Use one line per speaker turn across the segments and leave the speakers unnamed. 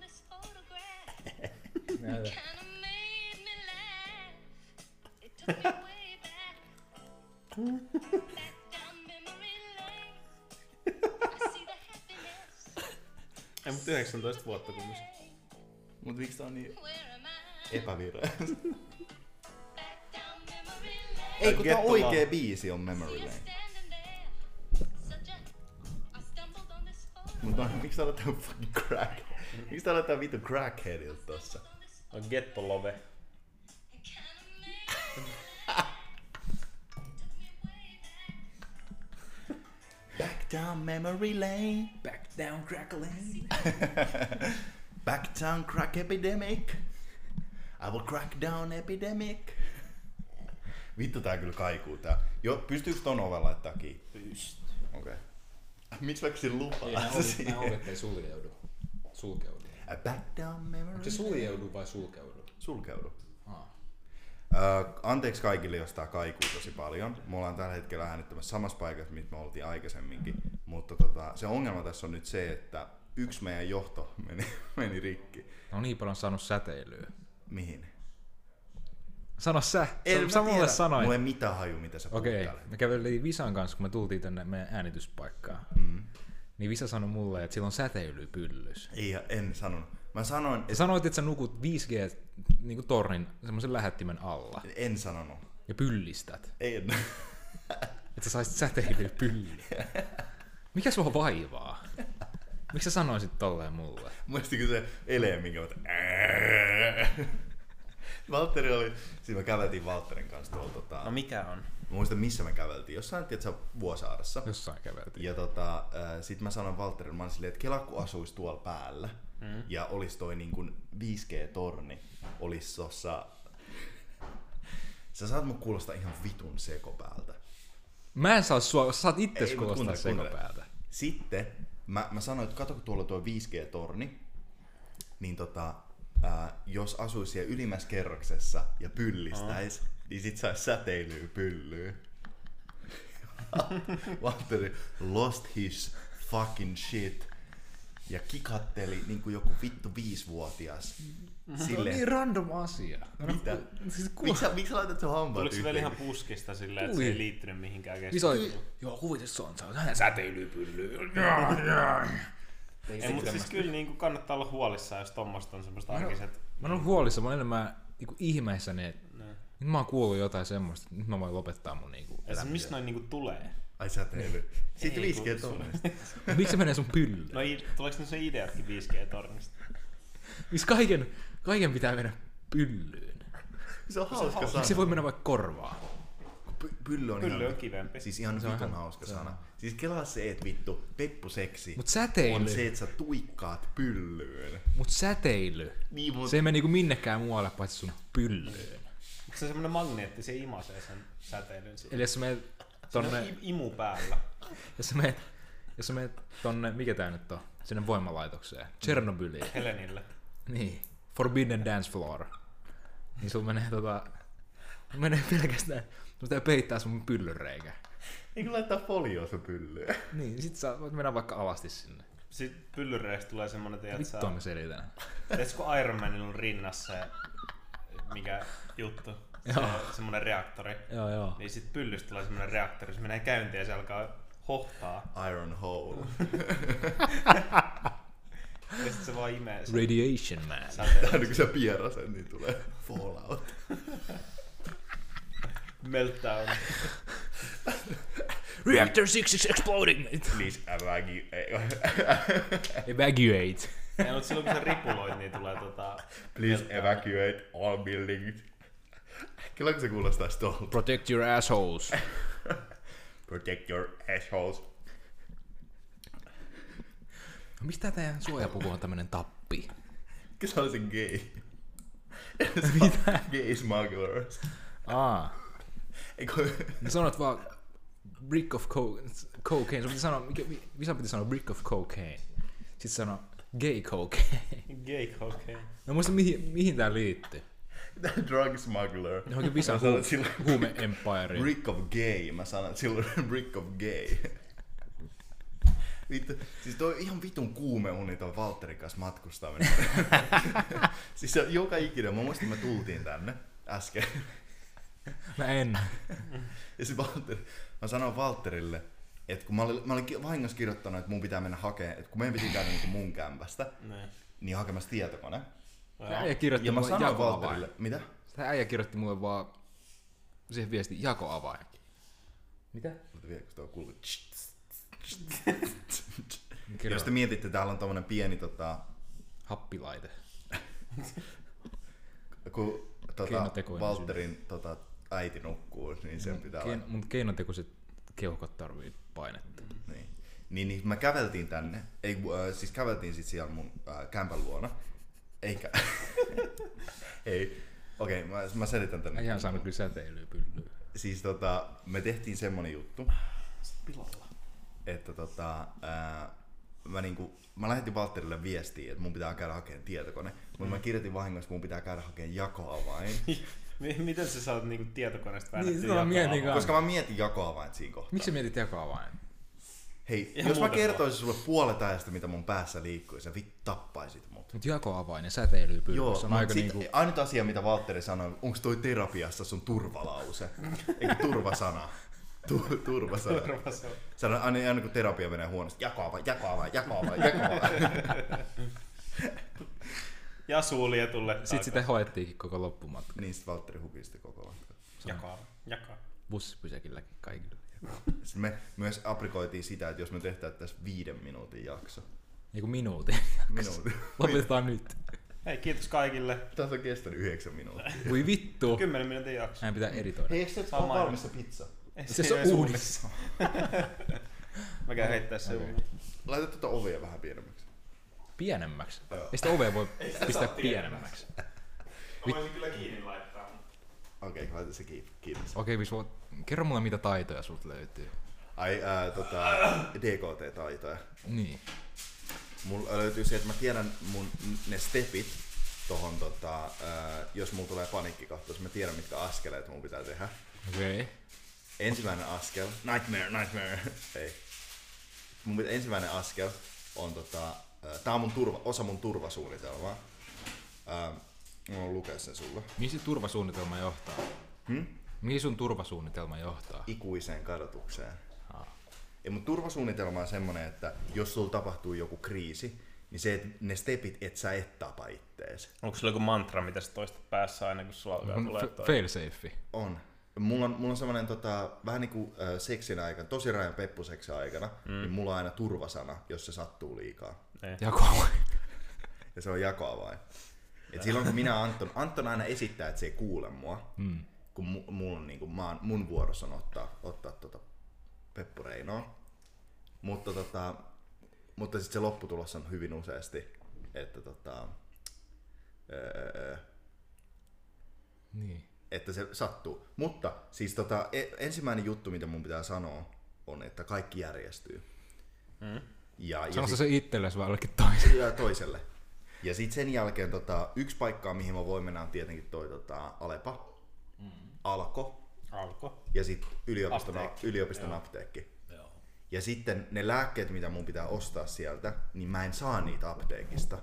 this photograph.
Nada.
Kinda made me laugh. It took me way back. back down memory lane. I see the happiness.
Ei, mutta 19 vuotta kumminkin.
Mut miksi tää on niin
Where am I?
epävirallinen?
Back down memory lane.
Ei kun tää on
Getto
oikea
vaan.
biisi on Memory
See you
Lane.
standing there. Such a. I stumbled on this photograph.
Mutta miksi täällä on fucking crack? Miksi täällä on vittu crackheadilta tossa?
On this
On Getto Love.
It kinda made me laugh. It took me way back.
Back down memory lane.
Back down crackling.
Back down crack epidemic. I will crack down epidemic. Vittu tää kyllä kaikuu tää. Jo, pystyykö ton oven laittaa kiinni?
Pyst.
Okei. Okay. Miksi vaikka sillä
Ei, nämä
lupaa?
ovet, nämä ovet ei suljeudu. Sulkeudu.
Back down memory
Onko se suljeudu vai sulkeudu?
Sulkeudu.
Aa.
Öö, anteeksi kaikille, jos tää kaikuu tosi paljon. Me ollaan tällä hetkellä äänittämässä samassa paikassa, missä me oltiin aikaisemminkin. Mutta tota, se ongelma tässä on nyt se, että yksi meidän johto meni, meni rikki.
No niin paljon saanut säteilyä.
Mihin?
Sano sä!
mä
En sä mulle
tiedä.
sanoit.
Mulla ei mitään haju, mitä sä puhut
Okei,
täällä.
me käveltiin Visan kanssa, kun me tultiin tänne meidän äänityspaikkaan.
Mm.
Niin Visa sanoi mulle, että sillä on säteilypyllys.
Ei, en sanonut. Mä sanoin,
Ja sanoit, että sä nukut 5G-tornin semmoisen lähettimen alla
en sanonut.
ja pyllistät.
En.
Että sä saisit säteilypyllyä. Mikä sua vaivaa? Miksi sä sanoisit tolleen mulle?
Muistikö se ele, minkä mä... t- Valtteri oli... Siinä me käveltiin Valtterin kanssa tuolla tota...
No mikä on?
Mä muistan, missä me käveltiin. Jossain, tiedätkö, Vuosaaressa.
Jossain käveltiin.
Ja tota, äh, sit mä sanoin Valtterille, mä olin silleen, että Kela kun asuisi tuolla päällä mm. ja olis toi niin kun 5G-torni, olis tossa... Sä saat mun kuulostaa ihan vitun sekopäältä.
Mä en saa sua, sä saat
Ei,
itses
mut
kuulostaa
kuuntele, kuuntele.
sekopäältä.
Sitten mä, mä sanoin, että kato kun tuolla on tuo 5G-torni, niin tota, ää, jos asuisi siellä ylimmässä kerroksessa ja pyllistäis, niin sit saisi säteilyä pyllyä. Valtteri lost his fucking shit ja kikatteli niin kuin joku vittu viisvuotias. Sille,
Niin random asia.
mitä?
Siis ku...
Miksi sä, miksi sä laitat sun hampaat
Tuliko se vielä
yhteen?
ihan puskista sillä, että se
Tuli.
ei liittynyt mihinkään
Visa,
keskusteluun?
oli, joo, kuvitus se on, se on säteilypylly.
Ei, mutta siis kyllä niin kuin kannattaa olla huolissaan, jos tuommoista on
No.
semmoista arkiset.
Mä oon ollut huolissa, mä oon enemmän niinku ihmeissäni, että nyt mä oon kuullut jotain semmoista, että nyt mä voin lopettaa mun niinku
Ja siis mistä
elämisen.
noin niinku tulee?
Ai säteily. Sitten
Ei, kun
5G-tornista.
Miksi se menee sun pyllyyn?
No i- tuleeko ne se ideatkin 5G-tornista?
Miksi kaiken, kaiken pitää mennä pyllyyn?
Se on hauska sana.
Miksi se voi mennä vaikka korvaan?
Py- Pylly on,
Pylly
ihan,
on kivempi.
Siis ihan vitun hauska sana. Siis kelaa se, että vittu, peppuseksi
Mut säteily.
on se, että sä tuikkaat pyllyyn.
Mut säteily.
Niin, mut
Se ei mene niinku minnekään muualle paitsi sun pyllyyn.
Se on semmoinen magneetti, se imasee sen säteilyn siihen.
Eli jos sä menet
No,
tonne,
i- imu päällä.
jos sä menet, jos sä menet tonne, mikä tää nyt on, sinne voimalaitokseen, Tchernobyliin,
Helenille.
niin, Forbidden Dance Floor, niin sulla menee tota, sulla menee pelkästään, sun pitää peittää sun pyllyreikä.
Eikö laittaa folioa sun pyllyyn?
Niin, sit sä voit mennä vaikka alasti sinne.
Sitten pyllyreistä tulee semmonen, tiedät sä...
Vittua mä selitän.
Tiedätkö, kun Iron Manilla on rinnassa se, mikä juttu? Se, semmonen reaktori.
Joo, joo.
Niin sit pyllystä tulee semmonen reaktori, se menee käyntiin ja se alkaa hohtaa.
Iron Hole.
Ja sit se vaan imee sen
Radiation Man.
säteilyn.
Aina kun sä pierasen, niin tulee Fallout.
Meltdown.
Reactor 6 is exploding!
Please evacuate.
Evacuate.
Ei, mutta silloin kun sä ripuloit, niin tulee tota...
Please evacuate all buildings. Kyllä kun se kuulostaa tuolta.
Protect your assholes.
Protect your assholes.
Mistä teidän suojapuku on tämmönen tappi?
Kyllä se on se gay. Mitä? Gay smugglers.
Aa.
Eikö
No sanot vaan brick of co- cocaine. Sun piti sanoa, mikä, mi- Visa piti sanoa brick of cocaine. Sitten sano gay cocaine.
Gay cocaine.
No muista mihin, mihin tää liittyy.
drug smuggler.
Johonkin Visan
Mä sanon
hu-
silloin-
huume empire.
Brick of gay. Mä sanon silloin brick of gay. Vittu, siis toi on ihan vitun kuume uni toi Valtterin kanssa matkustaminen. siis se on joka ikinen, mä muistan, me tultiin tänne äsken.
Mä en.
Ja se Valter, mä sanoin Valterille, että kun mä olin, mä olin ki- vahingossa kirjoittanut, että mun pitää mennä hakemaan, että kun meidän piti käydä niin mun kämpästä,
Niin.
niin hakemassa tietokone.
Tää äijä kirjoitti
Ja mä
mulle
sanoin
jakoavain.
Valterille, mitä?
Tää äijä kirjoitti mulle vaan siihen viesti jakoavain. Mitä?
Mutta vielä, kun tuo kuuluu. tss, tss,
Kerro.
Jos te mietitte, täällä on tommonen pieni tota,
Happilaite.
kun tota,
Keinotekoinen siis. Mm,
Valterin tota, äiti nukkuu, niin sen pitää
Kein,
Kein...
mun keinotekoiset keuhkot tarvii painetta.
niin. Niin, niin me käveltiin tänne, ei, kun, äh, siis käveltiin sit siellä mun äh, kämpän luona. Eikä, ei, okei, okay, mä, mä selitän tänne.
Äijä on saanut kyllä säteilyä pyllyä.
Siis tota, me tehtiin semmonen juttu,
Pilalla.
että tota, ää, mä, niinku, mä lähetin Valtterille viestiä, että mun pitää käydä hakemaan tietokone, mutta
Mm.
mä kirjoitin vahingossa, että mun pitää käydä hakemaan jakoavain.
M- miten sä saat niinku tietokoneesta väännettyä
sitä Niin, mä mietin
jakoa?
kanssa.
koska mä mietin jakoavain siinä kohtaa.
Miksi sä mietit jakoavain?
Hei,
Ihan
jos mä
muuten
kertoisin sulle puolet ajasta, mitä mun päässä liikkui, sä vittu tappaisit mut.
Mut jakoavain ja säteilyä pylly.
Joo,
se on
mut
aika
sit,
niinku...
ainut asia, mitä Valtteri sanoi, onko toi terapiassa sun turvalause? Eikö turvasana? Tu- turvasana.
Turva se on.
Sano aina, aina kun terapia menee huonosti, jakoa vaan, jakoa vaan, jakoa vaan, jakoa vaan.
Ja suljetulle.
Sitten sitä hoettiinkin koko loppumatka.
niin sit Valtteri hukisti koko ajan.
Jakaa. Jakaa.
Bussipysäkilläkin kaikille.
Sitten me myös aprikoitiin sitä, että jos me tehtää tässä viiden minuutin jakso.
Niinku minuutin.
Minuutin.
Lopetetaan nyt.
Hei, kiitos kaikille.
Tässä on kestänyt yhdeksän minuuttia.
Voi vittu.
10 minuutin jakso.
Näin pitää editoida. Siis
Hei, eikö se
Sama
ole valmis se pizza?
Ei,
Se
ei
on
suunnilleen.
uudessa.
Mä käyn heittää se okay.
Laita tuota ovea vähän pienemmäksi.
Pienemmäksi.
Joo.
Ei sitä ovea voi pistää pienemmäksi.
Mä voisin kyllä kiinni laittaa.
Okei, okay, laita se kiinni. Kiitos.
Okei, okay, kerro mulle mitä taitoja sulta löytyy.
Ai, ää, tota, DKT-taitoja.
Niin.
Mulla löytyy se, että mä tiedän mun ne stepit tohon, tota, ää, jos mulla tulee paniikkikohtaus, mä tiedän mitkä askeleet mun pitää tehdä.
Okei. Okay.
Ensimmäinen askel. Nightmare, nightmare. Ei. Mun pitää, ensimmäinen askel on tota... ö, Tää on mun turva, osa mun turvasuunnitelmaa. Ää, mä voin lukea sen sulle.
Mihin se turvasuunnitelma johtaa?
Hmm?
Mihin sun turvasuunnitelma johtaa?
Ikuiseen kadotukseen.
Ah.
Ja mun turvasuunnitelma on semmonen, että jos sulla tapahtuu joku kriisi, niin se, et, ne stepit, et sä et tapa ittees.
Onko sulla joku mantra, mitä sä toistat päässä aina, kun sulla alkaa
On
tulee
Mm, f-
toi?
failsafe.
On. Mulla on, mulla on semmonen tota, vähän niinku äh, seksin aikana, tosi rajan peppuseksin aikana, mm. niin mulla on aina turvasana, jos se sattuu liikaa.
Ei.
Jakoavain.
Ja se on jakoavain. Et silloin kun minä Anton, Anton aina esittää, että se ei kuule mua, mm. kun mu, mulla on, niin kuin, mä oon, mun vuorossa on ottaa, ottaa tota Peppu Reinoa. Mutta, tota, mutta sitten se lopputulos on hyvin useasti, että, tota, öö,
Niin.
että se sattuu. Mutta siis tota, e- ensimmäinen juttu, mitä mun pitää sanoa, on, että kaikki järjestyy. Mm. Ja, ja
Sano
sit-
se itsellesi vai jollekin toiselle.
ja toiselle. Ja sitten sen jälkeen tota, yksi paikka, mihin mä voin mennä, on tietenkin toi tota, Alepa, mm. Alko
Alko.
ja sitten yliopiston,
Apteekki.
apteekki. yliopiston apteekki.
Joo.
Ja sitten ne lääkkeet, mitä mun pitää ostaa sieltä, niin mä en saa niitä apteekista,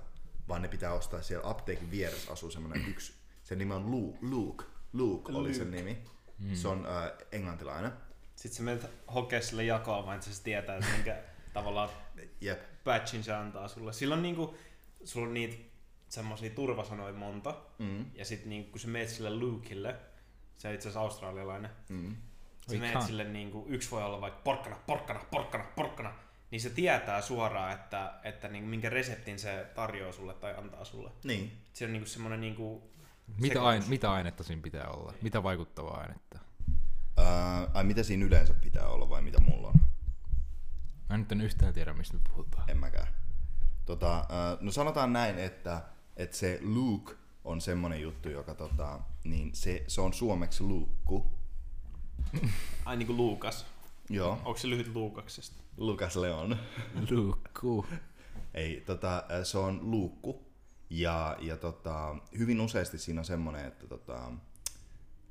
vaan ne pitää ostaa siellä apteekin vieressä asuu semmoinen yksi. Sen nimi on Luke. Luke, Luke oli sen nimi. Mm. Se on äh, englantilainen.
Sitten sä menet hokea sille jakoa, vaan että se tietää, että minkä tavallaan
Jep.
patchin se antaa sulle. Silloin niinku, sulla on niitä semmosia turvasanoja monta.
Mm.
Ja sit niinku, kun sä meet sille Lukeille, se on itse asiassa australialainen.
Mm.
Sä
Oi,
menet
kan-
sille niinku, yksi voi olla vaikka porkkana, porkkana, porkkana, porkkana. Niin se tietää suoraan, että, että niinku, minkä reseptin se tarjoaa sulle tai antaa sulle.
Niin.
Se on niinku semmonen niinku...
Mitä,
sekoitus.
aine, mitä ainetta siinä pitää olla? Mitä vaikuttavaa ainetta?
Äh, ai mitä siinä yleensä pitää olla vai mitä mulla on?
Mä nyt en yhtään tiedä, mistä me puhutaan.
En mäkään. Tota, äh, no sanotaan näin, että, että se Luke on semmonen juttu, joka tota, niin se, se on suomeksi luukku.
Ai niinku Luukas.
Joo.
Onko se lyhyt Luukaksesta?
Lukas Leon.
Lukku.
Ei, tota, äh, se on luukku. Ja, ja tota, hyvin useasti siinä on semmonen, että tota,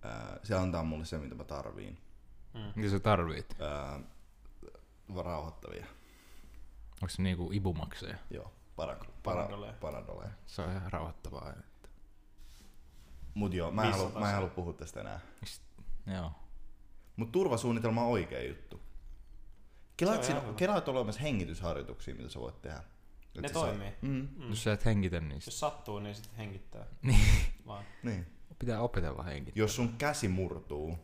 äh, se antaa mulle se, mitä mä tarviin.
Mitä sä tarvit?
Äh, rauhoittavia.
Onko se niinku ibumakseja?
Joo, para, para,
Parandolee.
parandolee.
Se on ihan rauhoittavaa.
Mut joo, mä en, halua,
Missataan
mä en
se.
halua puhua tästä enää.
Joo.
Mut turvasuunnitelma on oikea juttu. Kelaat,
ihan
siinä,
hyvä.
kelaat että on olemassa hengitysharjoituksia, mitä sä voit tehdä. Et
Ne
sä saat-
toimii.
Mm,
Mm.
Jos sä et hengitä, niin sit
Jos sattuu, niin sitten hengittää.
Niin.
Vaan.
niin.
pitää opetella hengittämään.
Jos sun käsi murtuu,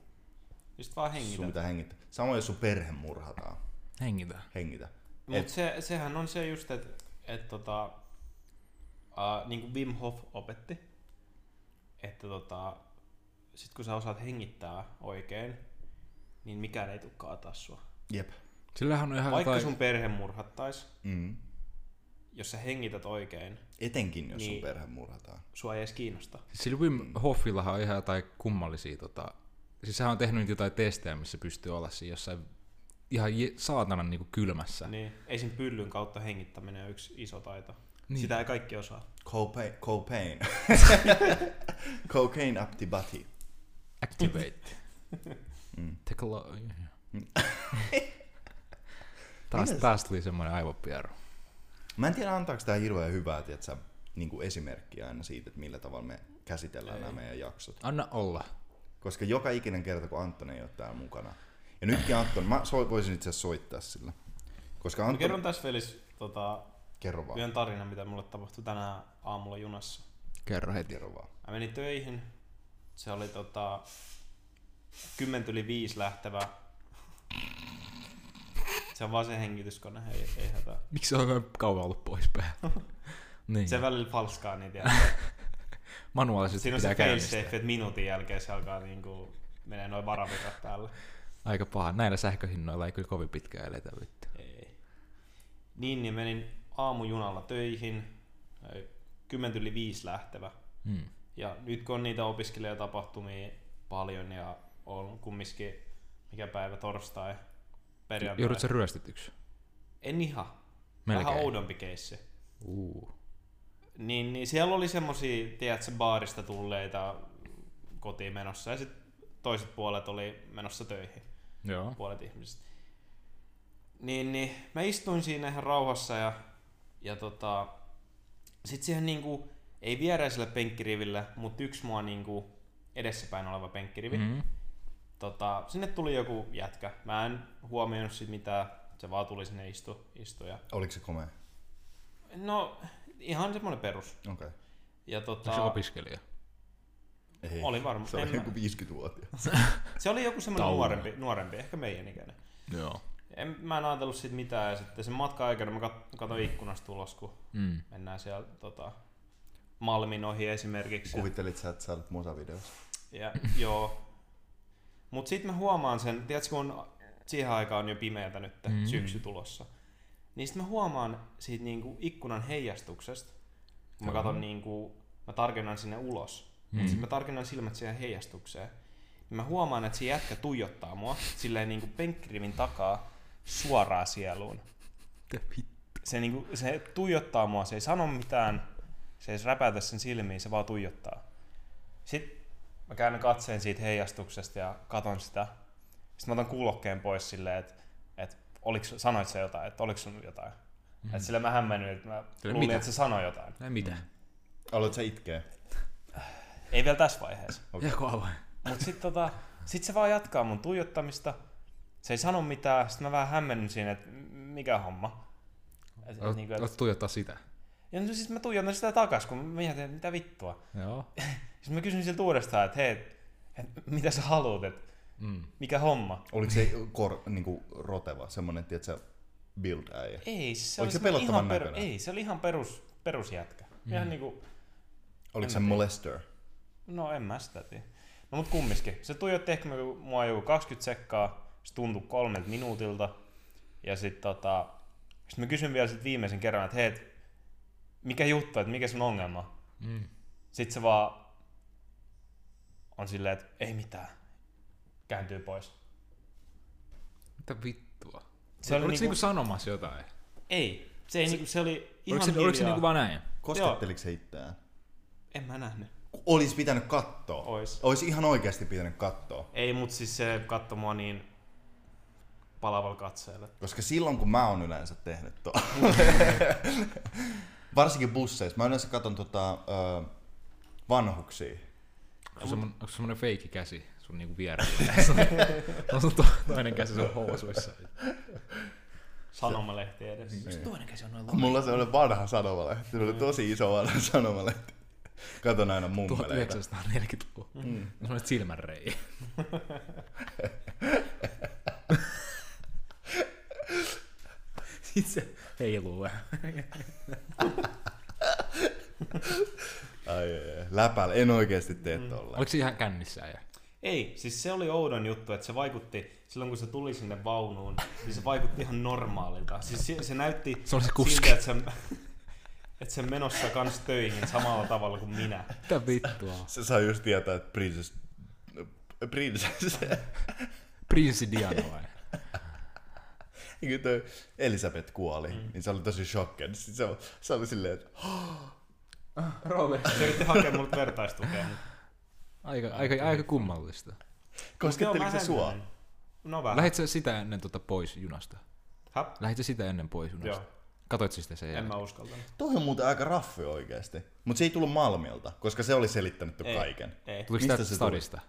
Just vaan
sun
hengitä.
pitää hengittää. Samoin jos sun perhe murhataan,
Hengitä.
hengitä.
Mut
Et-
se, sehän on se just, että et, tota, uh, niin kuin Wim Hof opetti, että tota, sit kun sä osaat hengittää oikein, niin mikään ei tule kaataa sua.
Jep.
Sillähän on ihan
Vaikka
jotain...
sun perhe murhattais,
Mm.
jos sä hengität oikein,
Etenkin jos sun
Niin.
perhe murhataan.
sua ei edes kiinnosta.
Sillä Wim Hoffillahan on ihan jotain kummallisia tota... Siis sehän on tehnyt nyt jotain testejä, missä pystyy olla siinä jossain ihan je- saatanan niinku kylmässä.
Niin. Esim. pyllyn kautta hengittäminen on yksi iso taito.
Niin.
Niin. Sitä ei kaikki osaa.
Copa- Copain. Cocaine up the body.
Activate.
Mm.
Take a look. taas,
Mitäs?
taas tuli semmoinen aivopieru.
Mä en tiedä antaako tää hirveän hyvää tietsä, niinku esimerkkiä aina siitä, että millä tavalla me käsitellään nämä meidän jaksot.
Anna olla.
Koska joka ikinen kerta, kun Antoni ei ole täällä mukana. Ja nytkin Anton, mä so- voisin itse asiassa soittaa sillä. Koska
Mä
Anton...
kerron tässä Felis tota,
kerro vaan.
yhden tarinan, mitä mulle tapahtui tänään aamulla junassa.
Kerro heti.
Kerro vaan.
Mä menin töihin. Se oli tota, 10 yli 5 lähtevä. Se on vaan se hengityskone, ei, ei hätää.
Miksi se on noin kauan ollut pois päältä? niin.
Se välillä falskaa niitä jälkeen.
Manuaalisesti
Siinä on
pitää
se
käynnistää.
failsafe, että minuutin jälkeen se alkaa niinku, menee noin varavikat päälle.
Aika paha. Näillä sähköhinnoilla ei kyllä kovin pitkään eletä vittu.
Ei. Niin, niin menin aamujunalla töihin. Ö, 10 yli 5 lähtevä.
Hmm.
Ja nyt kun on niitä opiskelijatapahtumia paljon ja on kumminkin mikä päivä torstai, perjantai.
Joudut sä ryöstetyksi?
En ihan.
Melkein.
Vähän oudompi keissi.
Uu.
Niin, niin siellä oli semmosia, tiedätkö, baarista tulleita kotiin menossa ja sitten toiset puolet oli menossa töihin,
Joo.
puolet ihmisistä. Niin, niin mä istuin siinä ihan rauhassa ja, ja tota, sit siihen niinku, ei viereisellä penkkirivillä, mutta yksi mua niinku edessäpäin oleva penkkirivi, mm.
Mm.
tota, sinne tuli joku jätkä. Mä en huomioinut sit mitään, se vaan tuli sinne istu, istu ja...
Oliko se komea?
No, ihan semmoinen perus.
Okei. Okay.
Ja
Onko se
tota,
opiskelija?
Ei.
Oli varmaan.
Se oli
En mä-
joku 50-vuotias.
se oli joku semmoinen
Taulu.
nuorempi, nuorempi, ehkä meidän ikäinen.
Joo.
En, mä en ajatellut siitä mitään ja sitten sen matkan aikana mä kat- katsoin ikkunasta ulos, kun
Mm.
mennään siellä tota, Malmin ohi esimerkiksi. Ja,
Kuvittelit sä, että sä olet musavideossa?
ja, joo. Mut sit mä huomaan sen, tiedätkö kun on, siihen aikaan on jo pimeätä nyt,
Mm.
mm. syksy tulossa. Niin sit mä huomaan siitä niinku ikkunan heijastuksesta, kun mä
Joo.
katson niinku, mä tarkennan sinne ulos. Mm.
Mm.
Mut sit mä tarkennan silmät siihen heijastukseen. Niin mä huomaan, että se jätkä tuijottaa mua silleen niinku penkkirivin takaa suoraan sieluun. Se, niinku, se tuijottaa mua, se ei sano mitään, se ei edes räpäytä sen silmiin, se vaan tuijottaa. Sitten mä käännän katseen siitä heijastuksesta ja katon sitä. Sitten mä otan kuulokkeen pois silleen, että et, oliks, sanoit sä jotain, että oliko sun jotain. Mm-hmm. Et sillä mä hämmennyin, että mä
Sille
luulin,
Mm. mitä?
että se sanoi jotain.
Ei mitä?
Aloit sä itkeä?
Ei vielä tässä vaiheessa.
Okei.
Jääkö avain?
Mut sit, tota, sit se vaan jatkaa mun tuijottamista. Se ei sano mitään. Sitten mä vähän hämmennyn siinä, että m- mikä homma. Et, et, niinku, et,
Olet tuijottaa sitä.
ja no siis mä tuijotan sitä takas, kun mä mietin, että mitä vittua.
Joo.
Sitten mä kysyn siltä uudestaan, että hei, et, et, mitä sä haluut, että
Mm.
mikä homma.
Oliko se kor, niinku, roteva, semmonen, tietsä, build äijä?
Ei, siis se
Oliko
oli
se
semmonen
pelottavan
ihan peru-
näköinen?
Ei, se oli ihan perus, perusjätkä. Mm. Ihan niinku,
Oliko se molester?
no en mä sitä tiedä. No mut kumminkin. Se tuijotti ehkä mua joku 20 sekkaa, se tuntui kolmelta minuutilta. Ja sit tota, sit mä kysyn vielä sit viimeisen kerran, että hei, et mikä juttu, että mikä sun ongelma? on?
Mm.
Sitten se vaan on silleen, että ei mitään. Kääntyy pois.
Mitä vittua?
Se oli
Oliko
niinku,
se niinku sanomassa jotain?
ei. Se, ei niinku, se oli ihan
Oliko se, oliko se
hiljaa.
niinku vaan näin?
Kosketteliko se itseään?
En mä nähnyt.
Olis pitänyt kattoo.
Ois.
Ois ihan oikeasti pitänyt kattoo.
Ei, mut siis se katsoi mua niin palavalla katseella.
Koska silloin kun mä oon yleensä tehnyt tuo. Varsinkin busseissa. Mä yleensä katson tota, ö, vanhuksia.
Onko semmonen, onko semmonen feikki käsi sun niinku vierellä? on sun to- toinen käsi sun housuissa.
Sanomalehti edessä.
Niin.
Toinen käsi on noin
Mulla on sellainen vanha sanomalehti. Se oli tosi iso vanha sanomalehti. Katon aina mummeleita.
1940-luku. Mm. Semmoiset silmänreiä. Sitten se heiluu.
Ai, ai, ai. Läpällä. En oikeesti tee tolleen.
Oliko se ihan kännissä ja?
Ei, siis se oli oudon juttu, että se vaikutti, silloin kun se tuli sinne vaunuun, niin se vaikutti ihan normaalilta. Siis se, se näytti
Se oli se kuski.
siltä, että se, että se menossa kans töihin samalla tavalla kuin minä.
Mitä vittua?
Se saa just tietää, että princess... Princess...
Prinssi Diana vai?
niin kuin toi Elisabeth kuoli. Niin se oli tosi shokkeen. Sitten se, se oli silleen, että
Robert.
Se yritti hakea multa vertaistukea. mutta-
Aika, aika, aika kummallista.
Joo,
kosketteliko
mä
se sua?
hännyin. No vähän.
Lähit sä sitä ennen tota pois junasta?
Häh?
Lähit sä sitä ennen pois junasta?
Joo,
Joo. Katoit sä sitä sen
en
jälkeen?
mä uskaltanut.
Toi on muuten aika raffi oikeesti. Mut se ei tullut Malmilta, koska se oli selittänyt ton
Ei.
kaiken.
Ei.
Tuliko
Mistä
sitä
se
stadista?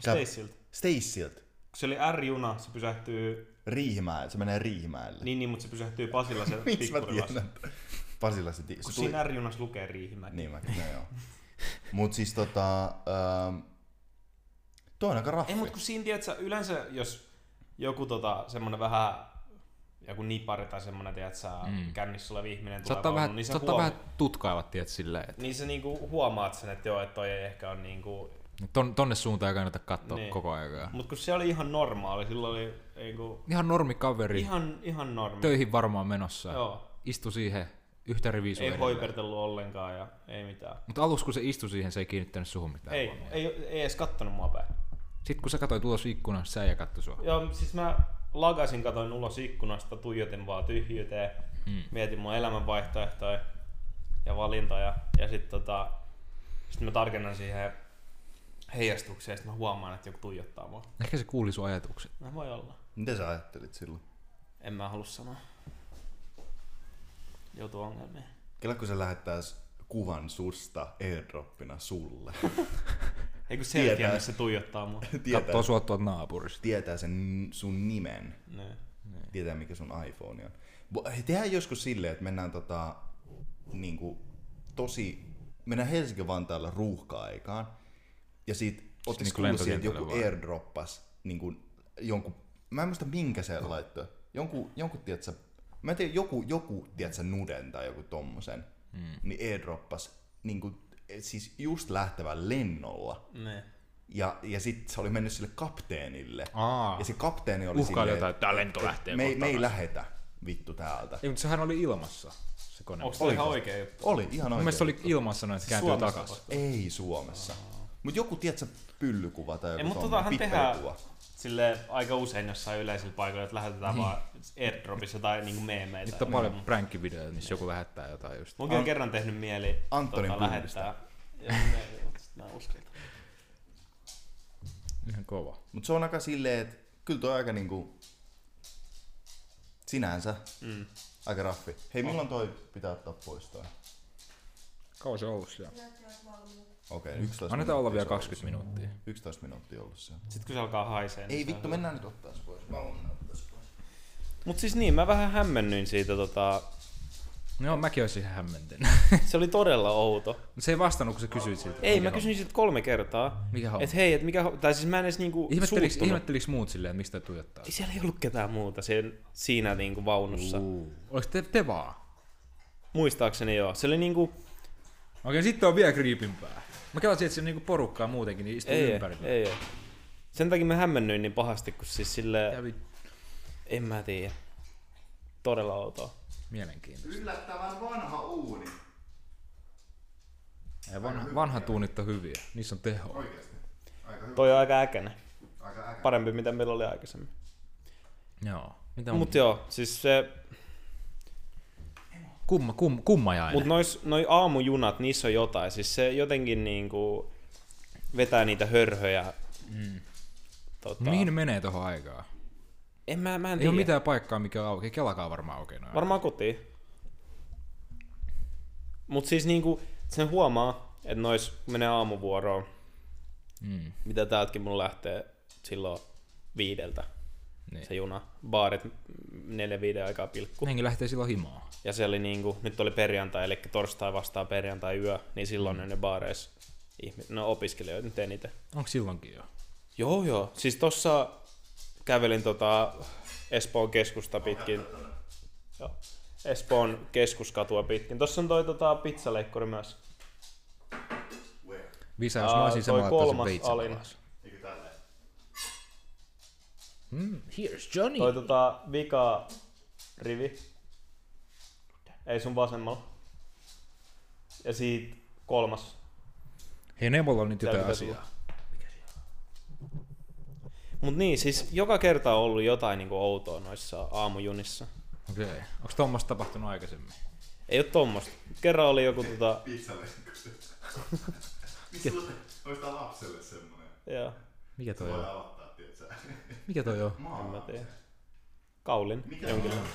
Stacylta.
Stacilt.
Kun se oli R-juna, se pysähtyy,
Riihimäelle. Se menee Riihimäelle.
niin, niin mutta se pysähtyy Pasilla se
Miksi mä
pikkurilassa.
tiedän? Pasilla se, ti- se
Kun
tuli.
siinä R-junassa lukee Riihimäki.
Niin mä, no joo. Mut siis tota... Ähm, toi on aika raffi.
Ei, mutta kun siinä tiedät, sä, yleensä jos joku tota, semmonen vähän joku nipari tai semmonen, tiedät sä, mm. kännissä oleva ihminen tulee
Saattaa
vaunuun,
vähän,
niin sä
saattaa
huomaat,
vähän tutkailla, tiedät, silleen, että
niin sä niinku huomaat sen, että joo, että toi ei ehkä on niinku...
no ton, tonne suuntaan ei kannata katsoa
Niin.
koko ajan.
Mut kun se oli ihan normaali, sillä oli niinku...
Ihan normikaveri, ihan...
Ihan, ihan normaali.
töihin varmaan menossa.
Joo.
Istu siihen yhtä riviä
Ei hoipertellut ollenkaan ja ei mitään.
Mutta aluksi kun se istui siihen, se ei kiinnittänyt suhun mitään
Ei,
huomiota.
ei, ei edes kattonut mua päin.
Sitten kun sä katsoit ulos ikkunasta, sä ja katsoi sua.
Joo, siis mä lagasin, katoin ulos ikkunasta, tuijotin vaan tyhjyyteen,
Hmm.
mm. mietin mun elämän vaihtoehtoja ja valintoja. Ja sit tota, sit mä tarkennan siihen heijastukseen, sit mä huomaan, että joku tuijottaa mua.
Ehkä se kuuli sun ajatukset.
Mä voi olla.
Mitä sä ajattelit silloin?
En mä halua sanoa. Joutuu ongelmiin.
Kela kun se lähettäis kuvan susta airdroppina sulle.
Ei kun
Tietää.
selkeä, missä se tuijottaa mua.
tietää,
Katsoo sua tuolta naapurista.
tietää sen sun nimen.
Niin.
Tietää mikä sun iPhone on. Bo- hei, Tehdään joskus silleen, että mennään tota, niinku, tosi, mennään Helsinki-Vantaalla ruuhka-aikaan. Ja sit, ootteko
niinku
kuullut siitä, että joku
lentokentälle vai?
airdroppas niinku, jonkun, mä en muista minkä se laittoi. Jonkun, jonkun tiedätkö, mä en tiedä, joku, joku tiedätkö, nuden tai joku tommosen.
Hmm.
Mm. Niin airdroppas, niinku, siis just lähtevän lennolla.
Niin.
Ja, ja sitten se oli mennyt sille kapteenille.
Aa.
Ja se kapteeni oli
Uhkaili
silleen,
jotain, että tää lento
et
lähtee.
Me, ei-
kohta
me ei
alas.
lähetä vittu täältä.
Ei, mutta sehän oli ilmassa, se kone.
Onks
Onks...
toi
Oliko
ihan
se?
oikea juttu?
Oli ihan
Mun
oikein.
mielestä se oli ilmassa noin, että kääntyy
Suomessa
takas.
tapahtuu.
Ei Suomessa. Mut joku, tiedätkö, pyllykuva tai
Ei,
joku
mutta
tommonen
totahan tehdään
pippelikuva.
sille aika usein jossain yleisillä paikoilla, että lähetetään vaan airdropissa tai niinku meemeitä.
Niin. Nyt on paljon prankkivideoita, missä joku lähettää jotain just.
Munkin on kerran tehnyt mieli
Antonin
tota,
pyydistä.
lähettää. Ja ne- mut sit mä en uskalla.
Ihan kova.
Mut se on aika silleen, että kyllä toi aika niinku... Sinänsä. Mm. Aika raffi. Hei,
Oh.
milloin toi pitää ottaa pois toi?
Kauan se ollut siellä?
Okei, okay, 11
Annetaan olla vielä
minuuttia
20 minuuttia.
se on. 11 minuuttia ollut siellä.
Sitten kun se alkaa haisee. niin
Ei
se on
vittu,
hyvä.
mennään nyt ottaa se pois. Mä oon ottaa se pois.
Mut siis niin, mä vähän hämmennyin siitä tota...
No joo, mäkin olisin ihan hämmentynyt.
Se oli todella outo.
Mutta se ei vastannut, kun sä kysyit siltä.
Ei,
mikä
mä kysyin siltä kolme kertaa.
Mikä homma?
Et hei, et mikä homma? Tai siis mä en edes niinku
homma. Ihmetteliks,
suuttunut.
ihmetteliks muut silleen, että mistä toi tuijottaa?
Ei Siellä ei ollut ketään muuta sen, siinä niinku vaunussa.
Olis te, te vaan?
Muistaakseni joo. Se oli niinku...
Okei, sitten on vielä kriipimpää. Mä kelasin, että se on niinku porukkaa muutenkin, niin istuu
Ei,
ympärillä.
ei, ei. Sen takia mä hämmennyin niin pahasti, kun siis sille...
Kävi
En mä tiedä. Todella outoa.
mielenkiintoista.
Yllättävän vanha uuni.
Ei, vanha, vanhat tuunit on hyviä, niissä on tehoa.
Oikeesti. Aika hyvä.
Toi on aika äkäinen.
Aika äkä.
Parempi mitä meillä oli aikaisemmin.
Joo. Mitä mut,
Mut joo, siis se...
kumma, kumma, kummajainen.
Mut nois, noi aamujunat, niissä on jotain. Siis se jotenkin niinku vetää niitä hörhöjä. Mm. Tota,
Mihin ne menee tohon aikaan?
En mä, mä en
Ei
tiedä.
ole mitään paikkaa, mikä on auki. Kelakaan varmaan auki. noin.
Varmaan kotiin. Mut siis niinku, sen huomaa, että nois kun menee aamuvuoroon,
Mm.
mitä täältäkin mun lähtee silloin viideltä
Niin.
se juna. Baarit mm, neljä viiden aikaa pilkku.
Henki lähtee silloin himaan.
Ja se oli niinku, nyt oli perjantai, eli torstai vastaa perjantai yö, niin silloin mm. ne baareissa ihmi- no opiskelijoita nyt eniten.
Onko silloinkin jo?
Joo joo, siis tossa kävelin tota Espoon keskusta pitkin. Joo. Espoon keskuskatua pitkin. Tossa on toi tota, pizzaleikkuri myös.
Visa, jos mä
Aa,
olisin
toi
samalla
kolmas alin.
Eikö tälleen?
Mm, here's Johnny.
Toi tota vika rivi. Ei sun vasemmalla. Ja siitä kolmas.
Hei, Nemolla on nyt
Täällä
jotain
pitäisi
asiaa.
Mut niin, siis joka kerta on ollut jotain niinku outoa noissa aamujunissa.
Okei. Okay. Onko tuommoista tapahtunut aikaisemmin?
Ei oo tommosta. Kerran oli joku tota...
Pizzalle. Missä olisi tää lapselle semmonen?
Joo,
Mikä toi on?
avattaa, tietsä.
Mikä toi on?
en mä tiedä. Kaulin. Jonkinlainen.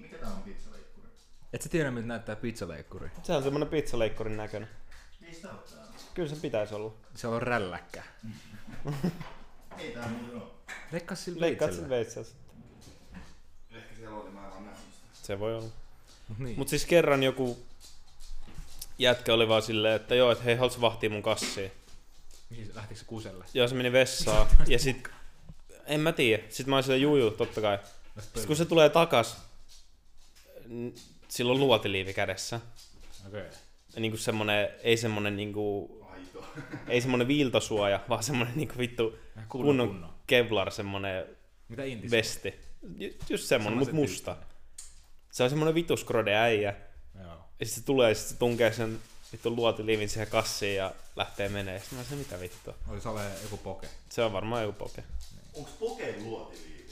Mikä tää on pizzaleikkuri?
Et sä tiedä, miltä näyttää pizzaleikkuri.
Se on semmonen pizzaleikkurin näköinen.
Ei sitä oo täällä.
Kyllä sen pitäisi olla.
Siellä on rälläkkä.
Ei tää muuten oo.
Leikkaa sillä
Leikkaat
veitsellä.
sen veitsellä.
Ehkä siellä oli, mä en vaan nähnyt sitä.
Se voi olla.
Mut niin.
Mut siis kerran joku jätkä oli vaan silleen, että joo, että hei, haluatko vahtia mun kassia?
Mihin se- lähtikö se kuselle?
Joo, se meni vessaan. ja sit, en mä tiedä. Sit mä oon silleen, juu, juu, totta kai. Sit kun se tulee takas, n- sillä on luotiliivi kädessä.
Okei. Okay.
Niinku semmonen, ei semmonen niinku,
Aito.
ei semmonen viiltosuoja, vaan semmonen niinku vittu
Kunnon
kunnon,
kunnon.
kevlar semmonen
Mitä intis?
vesti. Ju- Just semmonen, mut
Sellaiset
musta. Se on semmonen vituskrode äijä.
Joo.
Ja sit se tulee, ja sit se tunkee sen vittu luotiliivin siihen kassiin ja lähtee menee. Sitten mä sanoin, mitä vittua.
Oli sale joku poke.
Se on varmaan joku poke.
Onks pokeen luotiliivi?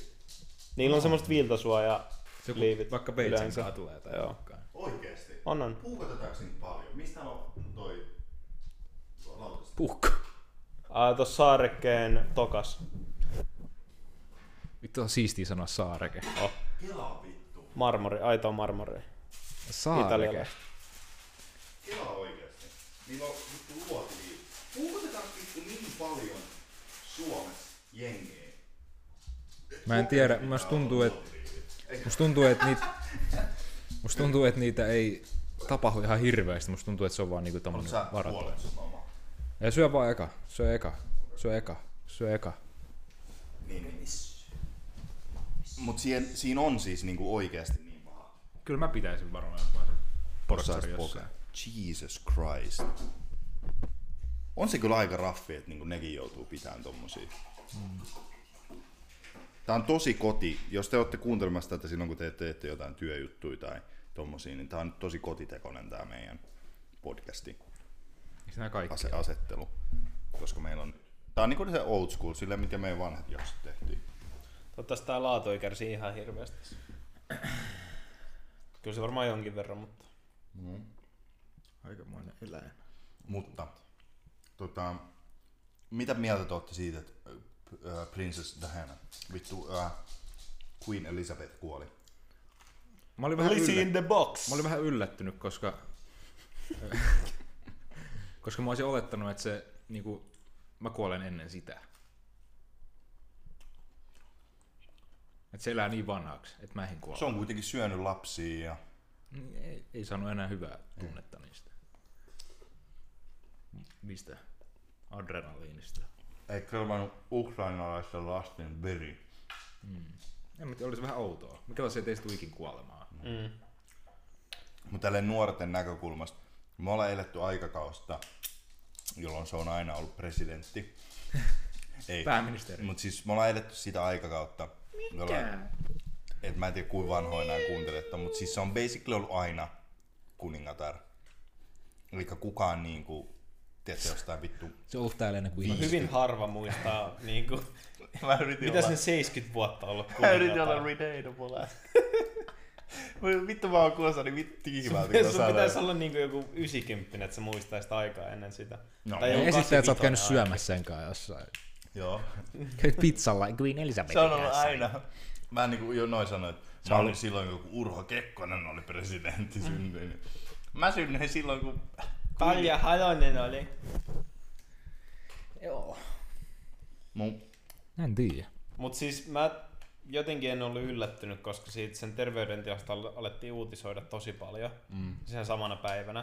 Niillä on semmoset viltasuoja
Se
liivit.
vaikka peitsen
yleensä.
saa tulee tai
Joo.
jotain.
Oikeesti?
On on.
Puukotetaanko niitä paljon? Mistä on toi lautasta?
Puhko.
Ää, Tuossa saarekkeen tokas.
Vittu on siistiä sanoa saareke.
Oh.
Kela vittu.
Marmori, aito marmori.
Saareke.
Italialaista.
Kela oikeesti. Niillä on vittu luotiliivi. Puukotetaanko vittu niin paljon Suomessa jengeä?
Mä en tiedä, musta tuntuu, että musta tuntuu, että niitä, musta tuntuu, että niitä ei tapahdu ihan hirveästi. Musta tuntuu, että se on vaan niinku
Oletko
tommonen
sä
varattu.
puolet sun oma?
Ja syö vaan eka, syö eka, syö eka, syö eka.
Niin, niin. Mut siihen, siinä on siis niinku oikeesti niin paha.
Kyllä mä pitäisin varmaan jotain portsari jossain.
Jesus Christ. On se kyllä aika raffi, että niinku nekin joutuu pitämään tommosia. Tää on tosi koti. Jos te olette kuuntelemassa tätä silloin, kun te teette jotain työjuttuja tai tommosia, niin tää on nyt tosi kotitekonen tää meidän podcasti
Eikö nää kaikki?
ase- asettelu. Koska meillä on... Tää on niinku se old school, sillä mitä meidän vanhat jaksot tehtiin.
Toivottavasti tää laatu ei kärsi ihan hirveästi. Kyllä se varmaan jonkin verran, mutta...
Aikamoinen eläin.
Mutta tota, mitä mieltä te olette siitä, että äh, Princess Diana, vittu äh, Queen Elizabeth kuoli?
Mä olin vähän, yllä...
the box!
mä olin vähän yllättynyt, koska... koska mä olisin olettanut, että se niinku, mä kuolen ennen sitä. Että se elää niin vanhaksi, että mä en kuole.
Se on kuitenkin syönyt lapsia ja
Niin, Ei, ei saanut enää hyvää tunnetta niistä. Mistä? Adrenaliinista.
ei kelvannut ukrainalaisten lasten veri.
En mä tiedä, olisi vähän outoa. Mikä olisi, ettei se tuikin kuolemaa.
Mm.
Mutta tälleen nuorten näkökulmasta, me ollaan eletty aikakausta, jolloin se on aina ollut presidentti. ei,
Pääministeri.
mutta siis me ollaan eletty sitä aikakautta, jolloin et mä en tiedä kuinka vanhoja nämä kuuntelette, mutta siis se on basically ollut aina kuningatar. Eli kukaan niinku, tiedätkö jostain vittu.
Se on ollut täällä ennen kuin ihmiset.
Hyvin harva muistaa niinku...
Mä yritin
Mitä sen 70 vuotta on ollut kuningatar?
relatable Voi vittu mä oon kuulossa niin vittu tiivältä, kun
Sun
sanoin.
pitäisi olla niinku joku 90, että sä muistaa sitä aikaa ennen sitä.
No,
joku
Ei esittää, että sä oot käynyt
85 ainakin.
syömässä sen kanssa jossain.
Joo.
Käyt pizzalla Queen Elizabeth.
Se on ollut aina. Mä niinku jo noin sanoin, että mä Mm. olin silloin, kun Urho Kekkonen oli presidentti synnyin. Mä synnyin silloin, kun...
Palja Halonen oli. Joo.
Mun...
Mä en tiedä.
Mut siis mä jotenkin en ollut yllättynyt, koska siitä sen terveydentilasta al- alettiin uutisoida tosi paljon mm. sen samana päivänä.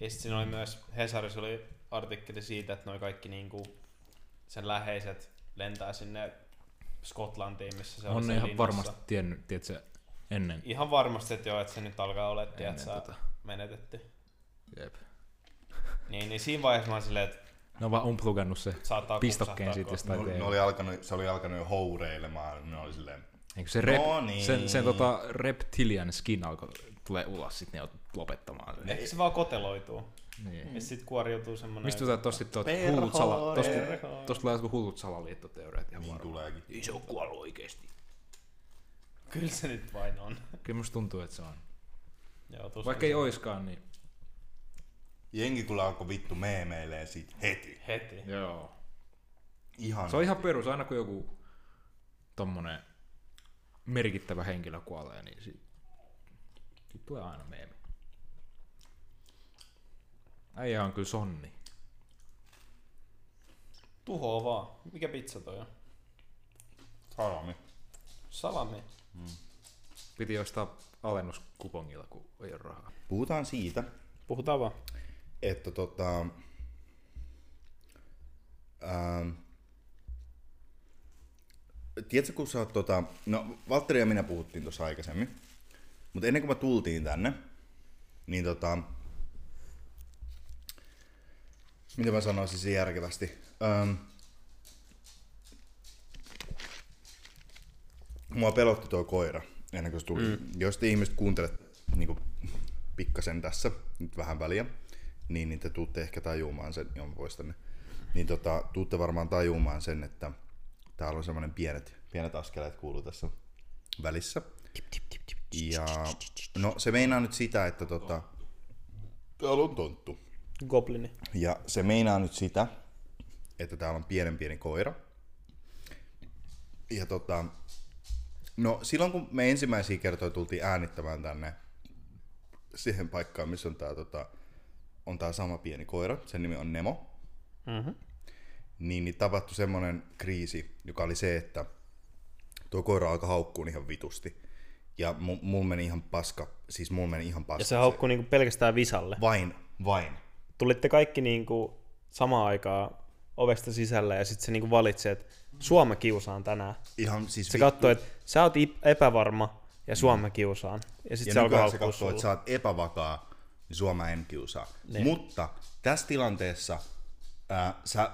Ja sitten siinä oli myös, Hesarissa oli artikkeli siitä, että noi kaikki niinku sen läheiset lentää sinne Skotlantiin, missä se oli
On ne
sen
ihan
linnassa.
varmasti tiennyt, tiedätkö, ennen.
Ihan varmasti, että joo, että se nyt alkaa olla, että tiedät, sä
tota.
menetetty.
Jep.
Niin, niin siinä vaiheessa mä oon silleen, että
Ne on vaan unplugannut se
Saattaa
pistokkeen
kupsahtaa
siitä
kohta.
jostain
Ne, ne
no,
oli alkanut, se oli alkanut jo houreilemaan, niin ne oli silleen...
Eikö se rep,
No niin.
sen, sen tota reptilian skin alkoi tulee ulos, sit ne joutui lopettamaan sen.
ehkä se vaan koteloituu.
Niin.
Ja sit kuoriutuu semmonen...
Mistä sä tosta tuot
Perhole.
hullut sala, tosta, tosta tulee jotkut hullut salaliittoteoriat ihan
Niin
varmaan.
tuleekin.
Ei se on kuollut oikeesti.
Kyllä se nyt vain on.
Kyllä musta tuntuu, että se on.
joo, tuskin
Vaikka ei
se-
oiskaan, niin...
Jengi kyllä alkoi vittu meemeilee siitä heti.
Heti.
Joo.
Ihan.
Se on ihan perus, aina kun joku tommonen merkittävä henkilö kuolee, niin siitä, siitä tulee aina meemi. Äijä on kyllä sonni.
Tuhoa vaan. Mikä pizza toi on?
salami.
Salami.
Piti ostaa alennuskupongilla, kun ei ole rahaa.
Puhutaan siitä,
Puhutaan vaan.
että tota... Ähm, tiedätkö, kun sä oot tota... No, Valtteri ja minä puhuttiin tuossa aikaisemmin. Mutta ennen kuin me tultiin tänne, niin tota... Miten mä sanoisin sen järkevästi? Ähm, mua pelotti tuo koira ennen kuin se tuli. Mm. Jos te ihmiset kuuntelet niin pikkasen tässä, nyt vähän väliä, niin, niin te tuutte ehkä tajuumaan sen, jon pois tänne. Niin tota, tuutte varmaan tajuumaan sen, että täällä on semmoinen pienet, pienet askeleet kuuluu tässä välissä. Ja no se meinaa nyt sitä, että tota... Täällä on tonttu.
Goblini.
Ja se meinaa nyt sitä, että täällä on pienen pieni koira. Ja tota, no silloin kun me ensimmäisiä kertoja tultiin äänittämään tänne siihen paikkaan, missä on tää, tota, on tää sama pieni koira, sen nimi on Nemo, mm-hmm. niin, niin tapahtui semmoinen kriisi, joka oli se, että tuo koira alkoi haukkuun ihan vitusti. Ja mu- mulla meni ihan paska, siis mulla meni ihan paska.
Ja se haukkuu niinku pelkästään visalle.
Vain, vain.
Tulitte kaikki niinku samaan aikaan ovesta sisällä ja sitten se niinku valitsi, että Suoma mä kiusaan tänään.
Ihan siis
Se
vittu-
katsoi, että sä oot ip- epävarma ja Suoma mä kiusaan. Ja sitten
Ja
se alkoi
nykyään se
haukkua
katsoo,
sulla. Niin.
että sä oot epävakaa, niin sua mä en kiusaa. Ne. Mutta tässä tilanteessa ää, sä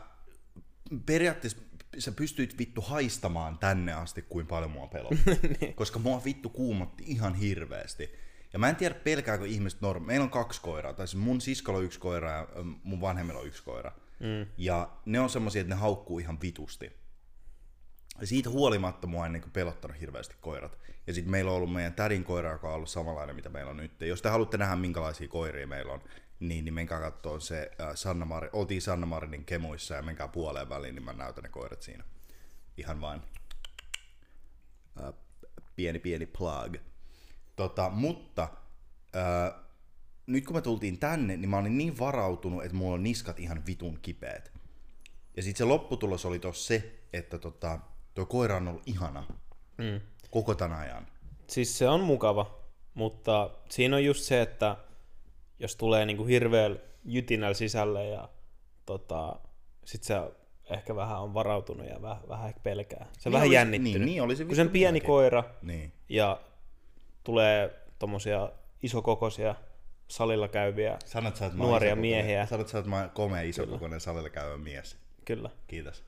periaatteessa sä pystyit vittu haistamaan tänne asti, kuin paljon mua pelotti.
Niin.
Koska mua vittu kuumotti ihan hirveästi. Ja mä en tiedä pelkääkö ihmiset norm. Meillä on kaksi koiraa, tai siis mun siskolla on yksi koira ja ö, mun vanhemmilla on yksi koira. Mm. Ja ne on semmoisia, että ne haukkuu ihan vitusti. Ja siitä huolimatta mua ei niinku pelottanut hirveästi koirat. Ja sitten meillä on ollut meidän tädin koira, joka on ollut samanlainen, mitä meillä on nyt. Ja jos te haluatte nähdä, minkälaisia koiria meillä on, niin, niin menkää katsoa se äh, Sanna Mar- Oltiin Sanna Marinin kemuissa ja menkää puoleen väliin, niin mä näytän ne koirat siinä. Ihan vain äh, pieni pieni plug. Tota, mutta äh, nyt kun me tultiin tänne, niin mä olin niin varautunut, että mulla on niskat ihan vitun kipeät. Ja sitten se lopputulos oli tos se, että tota, tuo koira on ollut ihana
Mm.
koko tämän ajan.
Siis se on mukava, mutta siinä on just se, että jos tulee niinku hirveän jytinällä sisälle ja tota, sit se ehkä vähän on varautunut ja vähän, vähän ehkä pelkää. Se on
Niin
vähän
olisi-
jännittynyt.
niin, niin olisi
Kun sen
vittu
pieni
minäkin.
koira
Niin.
ja tulee tommosia isokokoisia salilla käyviä,
Sanot, sä, että
Nuoria miehiä.
Sanot, sä, että mä oon komea isokokoinen salilla käyvä mies.
kyllä.
Kiitos.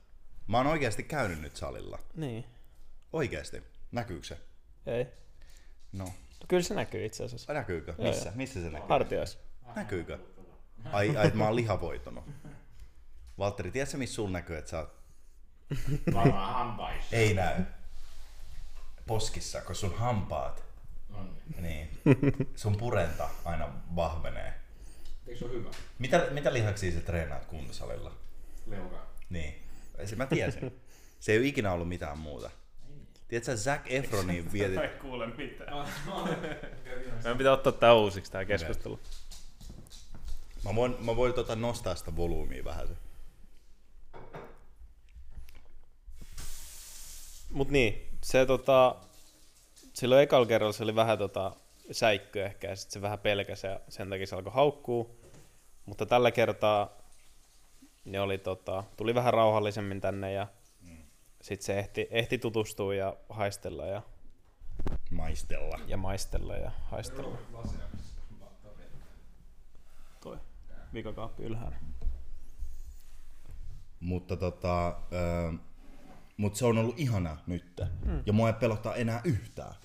Mä oon oikeasti käynyt nyt salilla.
Niin,
Oikeasti. Näkyykö se?
ei.
No.
Kyllä se näkyy itse asiassa.
Ai, Näkyykö?
Joo,
Missä?
joo.
Missä se näkyy?
Hartioissa.
Näkyykö? Ai, ai, että mä oon lihavoitunut. Valtteri, tiedätkö missä sun näkyy, että sä oot...
Varmaan hampaissa.
Ei näy. Poskissa, kun sun hampaat.
On.
Niin. Sun purenta aina vahvenee.
Eikö se ole hyvä?
Mitä, mitä lihaksia sä treenaat kuntosalilla?
Siis
Leuka.
Niin. Ei Se mä tiesin. Se ei ole ikinä ollut mitään muuta. Tiedätkö, Zac Efroniin vietit...
Mä en kuule mitään. Meidän pitää ottaa tää uusiksi tää keskustelu.
Mä voin, mä voin tota nostaa sitä volyymia vähän.
Mut niin, se tota... Silloin ekalla kerralla se oli vähän tota säikkö ehkä ja sit se vähän pelkäsi ja sen takia se alkoi haukkuu. Mutta tällä kertaa ne oli tota, tuli vähän rauhallisemmin tänne ja sit se ehti, ehti tutustua ja haistella ja,
Maistella.
ja maistella ja haistella. Toi. Vikakaappi ylhäällä.
Mutta tota, ö, mut se on ollut ihana nyt. Mm. Ja mua ei pelottaa enää yhtään.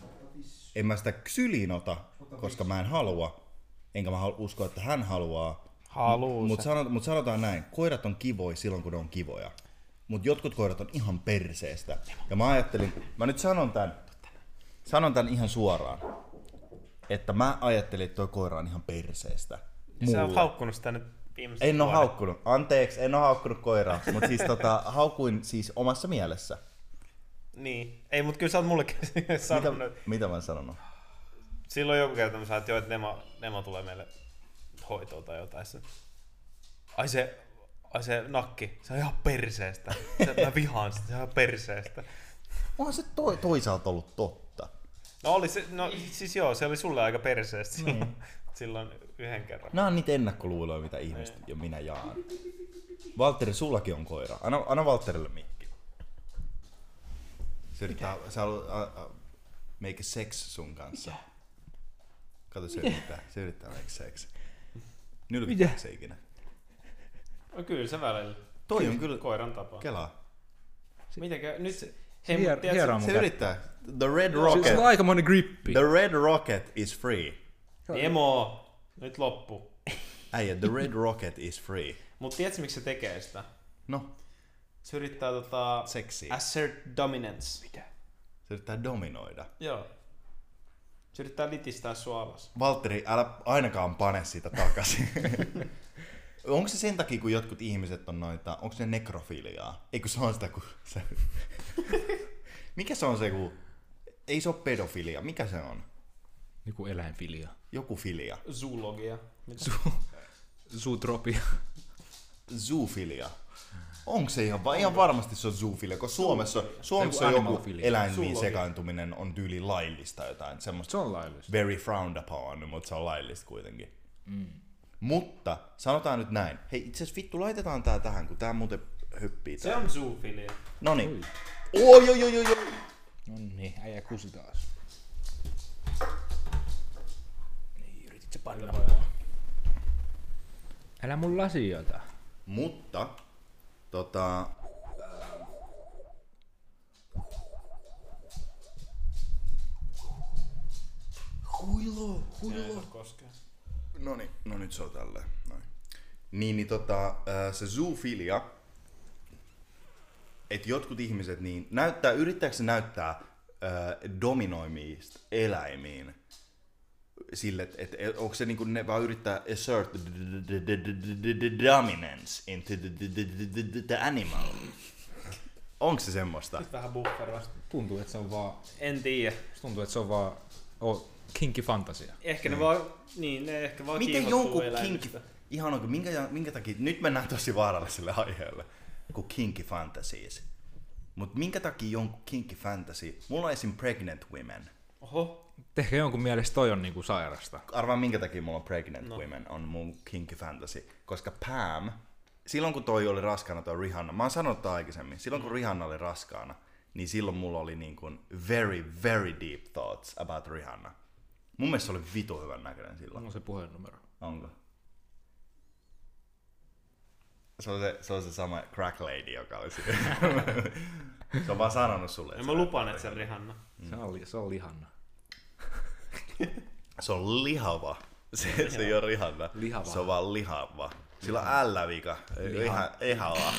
En mä sitä syliin ota, koska mä en halua. Enkä mä halu- usko, että hän haluaa.
Haluu
Mutta
se.
sanot, mut sanotaan näin, koirat on kivoja silloin, kun ne on kivoja. Mutta jotkut koirat on ihan perseestä. Ja mä ajattelin, mä nyt sanon tän, sanon tän ihan suoraan, että mä ajattelin, että toi koira on ihan perseestä.
Sä oot
Mulle.
haukkunut sitä nyt viimeiset
En oo
vuodet.
haukkunut. Anteeksi, en oo haukkunut koiraa. Mutta siis tota, haukuin siis omassa mielessä.
Niin. Ei, mut kyllä sä oot mullekin
Mitä,
sanonut.
mitä mä oon sanonut?
Silloin joku kerta mä sanoin, että joo, että Nemo, Nemo tulee meille hoitoon tai jotain. Sitten, ai se, ai se nakki, se on ihan perseestä. Se, mä vihaan sitä, se on ihan perseestä.
Onhan se to- toisaalta ollut totta.
No oli se, no siis joo, se oli sulle aika perseestä
Niin.
silloin, silloin yhden kerran.
Nämä on niitä ennakkoluuloja, mitä ihmiset ja minä jaan. Valtteri, sullakin on koira. Anna, anna Valtterille mikki. Se yrittää, sä haluat a, a, make sex sun kanssa. Kato, se yrittää, se yrittää make sex. Nylvittääkö se ikinä?
No kyllä se välillä.
Toi on kyllä,
Koiran tapa.
kelaa.
Mitenkä, nyt se,
Hei, Hier, hieraa mun
Se
kättä.
yrittää. The Red
Siis
Rocket.
sulla on aikamoinen grippi.
The Red Rocket is free.
Nemo, nyt loppu.
Äijä, The Red Rocket is free.
Mut tiedätkö miksi se tekee sitä?
No,
Se yrittää tota...
seksi.
Assert dominance. Mitä?
Se yrittää dominoida.
Joo. Se yrittää litistää sua alas.
Valtteri, älä ainakaan pane sitä takaisin. onko se sen takia, kun jotkut ihmiset on noita, onko se nekrofiliaa? Eikö se on sitä, kun se... Mikä se on se, kun... Ei se ole pedofilia. Mikä se on?
Joku Niinku eläinfilia.
Joku filia.
Zoologia. Mitä?
Zootropia.
Zoofilia. Onko se ihan, va- ihan varmasti se on zoofilia, kun Suomessa, Suomessa
Joku
joku
animalfilia.
eläimiin
Zoofilia.
sekaantuminen on tyyli laillista jotain. Semmoista
Se on laillista.
very frowned upon, mutta se on laillista kuitenkin. Mm. Mutta sanotaan nyt näin. Hei, itse asiassa vittu, laitetaan tää tähän, kun tää muuten hyppii.
Se on zoofilia.
No niin. Oi, oi, oi, oi, oi.
No niin, äijä kusi taas. Niin, yritit se panna Älä mun lasi jotain.
Mutta, tota... Huilo, huilo.
Koskee.
No niin, no nyt se on tälleen. Noin. Niin, niin tota, ää, se zoofilia, että jotkut ihmiset niin näyttää, yrittääkö se näyttää ää, dominoimista eläimiin sille, että et, et, onko se niinku ne vaan yrittää assert the d- d- d- d- d- d- dominance into the, the, the, the, the, the animal. Onko se semmoista?
Vähän bufferasti.
Tuntuu, että se on vaan...
En tiedä.
Tuntuu, että se on vaan... Oh, kinky fantasia.
Ehkä ne vaan... Niin, ne ehkä vaan
Miten
kiihottuu
jonkun
eläimistä.
kinki... Ihan onko, minkä, minkä takia... Nyt mennään tosi vaaralliselle aiheelle. Kun kinky fantasies. Mut minkä takia jonkun kinky fantasy... Mulla on esim. pregnant women.
Oho.
Ehkä jonkun mielestä toi on niinku sairasta.
Arvaa minkä takia mulla on pregnant no. women on mun kinky fantasy. Koska Pam... Silloin kun toi oli raskaana toi Rihanna, mä oon sanonut tää aikaisemmin, silloin kun Rihanna oli raskaana, niin silloin mulla oli niin kuin very, very deep thoughts about Rihanna. Mun mielestä se oli vitu hyvän näköinen silloin.
Onko se puhelinnumero?
Onko? Se on se, se, on se sama crack lady, joka oli siinä. se on vaan sanonut sulle.
Ja
että
mä
se-
lupaan, että se on Rihanna.
Mm.
Se on, li- se on lihanna.
Se on lihava. Se, se ei ole rihanna.
Lihava.
Se on vaan lihava. Sillä on L-vika. Ihan, ehava.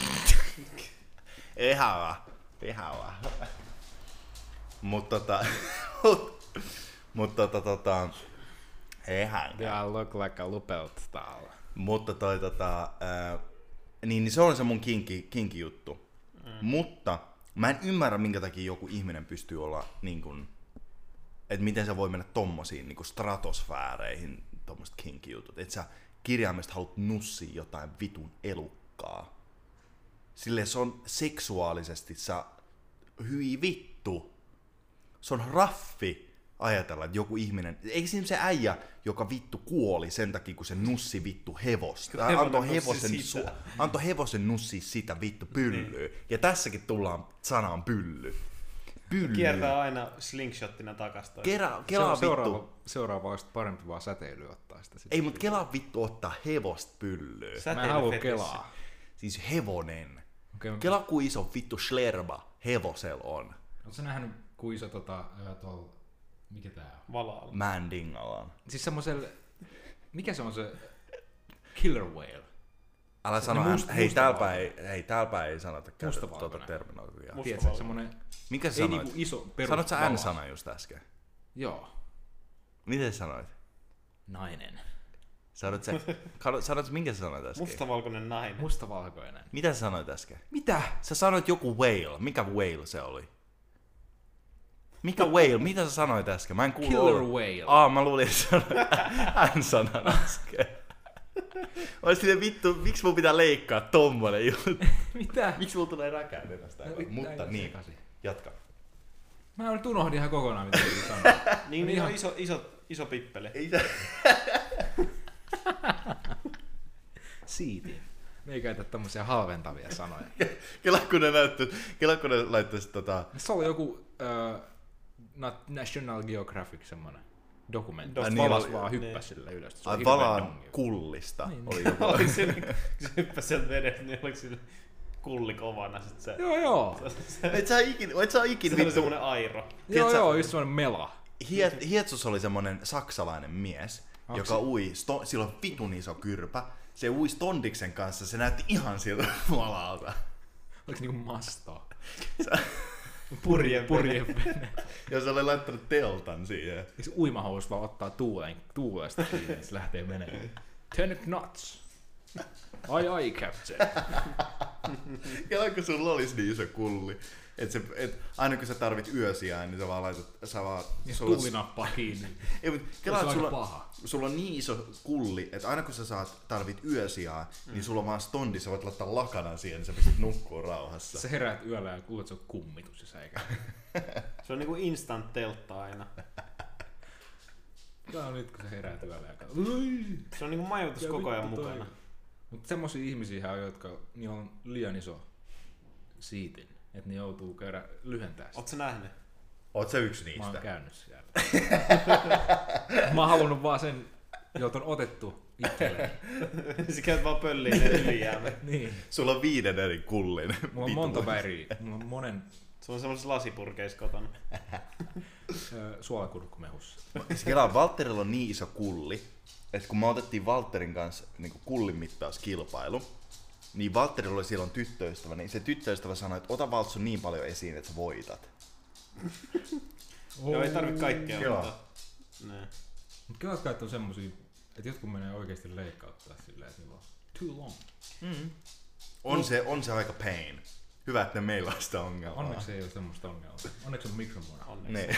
ehava. Ehava. Mutta tota... Mutta tota... tota Eihän.
Yeah, I look like a lookout star.
Mutta toi tota, ää, niin, niin se on se mun kinki, kinki juttu. Mutta mä en ymmärrä, minkä takia joku ihminen pystyy olla niin kuin, että miten se voi mennä tommosiin niin kuin stratosfääreihin, tommoset kinkijutut. Että sä kirjaimesta haluat nussia jotain vitun elukkaa. Sille se on seksuaalisesti, sä hyi vittu. Se on raffi ajatella, että joku ihminen, eikö siinä se äijä, joka vittu kuoli sen takia, kun se nussi vittu hevosta, tai
Hevonen
antoi
nussi
hevosen,
sitä.
su- antoi hevosen nussi sitä vittu pyllyä. Ja tässäkin tullaan sanaan pylly. Pylly.
Kiertää aina slingshottina takasta.
Kera,
Se
kela
on
vittu.
seuraava, seuraava olisi parempi vaan säteily ottaa sitä. Sit.
Ei, mutta kela vittu ottaa hevosta pyllyä.
mä en halua kelaa.
Siis hevonen.
Okei, okay,
Kela kuin iso vittu slerba hevosel on.
Oletko nähnyt, kuin iso tota, ö, tol, mikä tää on?
Valaa.
Mandingalan.
Siis semmosel, mikä se on se killer whale?
Älä sano,
must-
hän, hei,
musta
täälpä
valkoinen.
ei, hei, täälpä ei sanota käytä
Mustavalkoinen.
tuota terminologiaa.
Musta-
Tiedätkö, semmonen,
Mikä sä
ei
sanoit?
niinku iso perus.
Sanot sä
vala.
N-sana just äsken?
Joo.
Miten sä sanoit?
Nainen.
Sanot sä, kalo- sanot sä, minkä sä sanoit äsken?
Mustavalkoinen nainen.
Mustavalkoinen.
Mitä sä sanoit äsken?
Mitä?
Sä sanoit joku whale. Mikä whale se oli? Mikä whale? Mitä sä sanoit äsken? Mä en kuullut.
Killer
ollenkaan.
whale.
Aa, mä luulin, että sanoit N-sanan äsken. Mä olin silleen, vittu, miksi mun pitää leikkaa tommonen juttu?
Mitä? No,
Miksi mulla tulee räkää tästä? Mutta
Tää
niin,
sekasi.
jatka.
Mä nyt unohdin ihan kokonaan, mitä piti sanoa.
Niin, niin
Ihan-
ihan... iso, iso, iso pippeli.
Ei se...
Siiti. Me ei käytä tämmöisiä halventavia sanoja.
Kela kun ne näyttäis, kela kun ne laittais tota...
Se oli joku ö, Nat- National Geographic semmonen dokumentti.
Ai
Ai,
niin,
niin,
oli-
vaan
niin.
hyppäsi sille ylös. Se oli
Ai
hirveen
valaan
dongi.
kullista. Niin. Oli joku.
Oli siinä, kun se hyppäsi sieltä vedestä, niin oliko sillä kulli kovana sit se.
Joo, joo.
Et sä ikin, et sä
Se
ikin
oli
vittu.
semmonen airo.
Joo,
Tiedätkö-
joo, just semmonen mela.
Hiet, Hietsus oli semmonen saksalainen mies, joka ui, sto, sillä on vitun iso kyrpä. Se ui Stondiksen kanssa, se näytti ihan siltä malalta.
Oliko niinku mastoa?
Purje.
Purjevene.
Ja se oli laittanut teltan siihen.
Eikö uimahous vaan ottaa tuuleen, tuulesta kiinni, että se lähtee meneen? Ten knots. Ai ai, captain.
Ja kun sulla olisi niin iso kulli, että se, et aina kun sä tarvit yösiä, niin sä vaan laitat, sä vaan...
Tuuli nappaa kiinni.
Ei, mut kelaa,
Niin, Se
että
on aika
sulla,
paha.
sulla on niin iso kulli, että aina kun sä saat, tarvit yösijaa, mm. niin sulla on vaan stondi, sä voit laittaa lakanan siihen, niin sä pystyt nukkua rauhassa.
Sä heräät yöllä ja kuulet, että se on kummitus, jos eikä.
Se on niinku instant teltta aina.
Tää on nyt, kun sä heräät yöllä ja katsot.
Se on niinku majoitus
Ja
koko ajan
vittu toi.
mukana.
Mutta semmosia ihmisiä on, jotka niillä on liian iso siitin, että ne joutuu käydä lyhentää sitä.
Oot sä nähnyt?
Oot sä yksi
Mä oon
niistä?
käynyt siellä. Mä oon halunnut vaan sen, jolta on otettu itselleni.
Sä käyt vaan pölliin ne ylijäämät.
Niin.
Sulla on viiden eri kullin.
Mulla on
Vitu.
monta väriä. Mulla on monen
Se on semmoisessa lasipurkeissa kotona.
ö, suolakurkkumehussa.
Siis Kelaa, Valterilla on niin iso kulli, että kun me otettiin Valterin kanssa niin kullimittauskilpailu, niin Valterilla oli silloin tyttöystävä, niin se tyttöystävä sanoi, että ota Valtsu niin paljon esiin, että sä voitat.
Joo, ei tarvi kaikkea
Joo.
ottaa. Niin.
Mut kelatkaa, että on semmosia, että jotkut menee oikeesti leikkauttaa silleen, että niillä on too long. Niin.
On, se, on se aika pain. Hyvä, että ne meillä on sitä ongelmaa.
Onneksi ei ole semmoista ongelmaa. Onneksi on mikromona.
Onneksi.
Niin.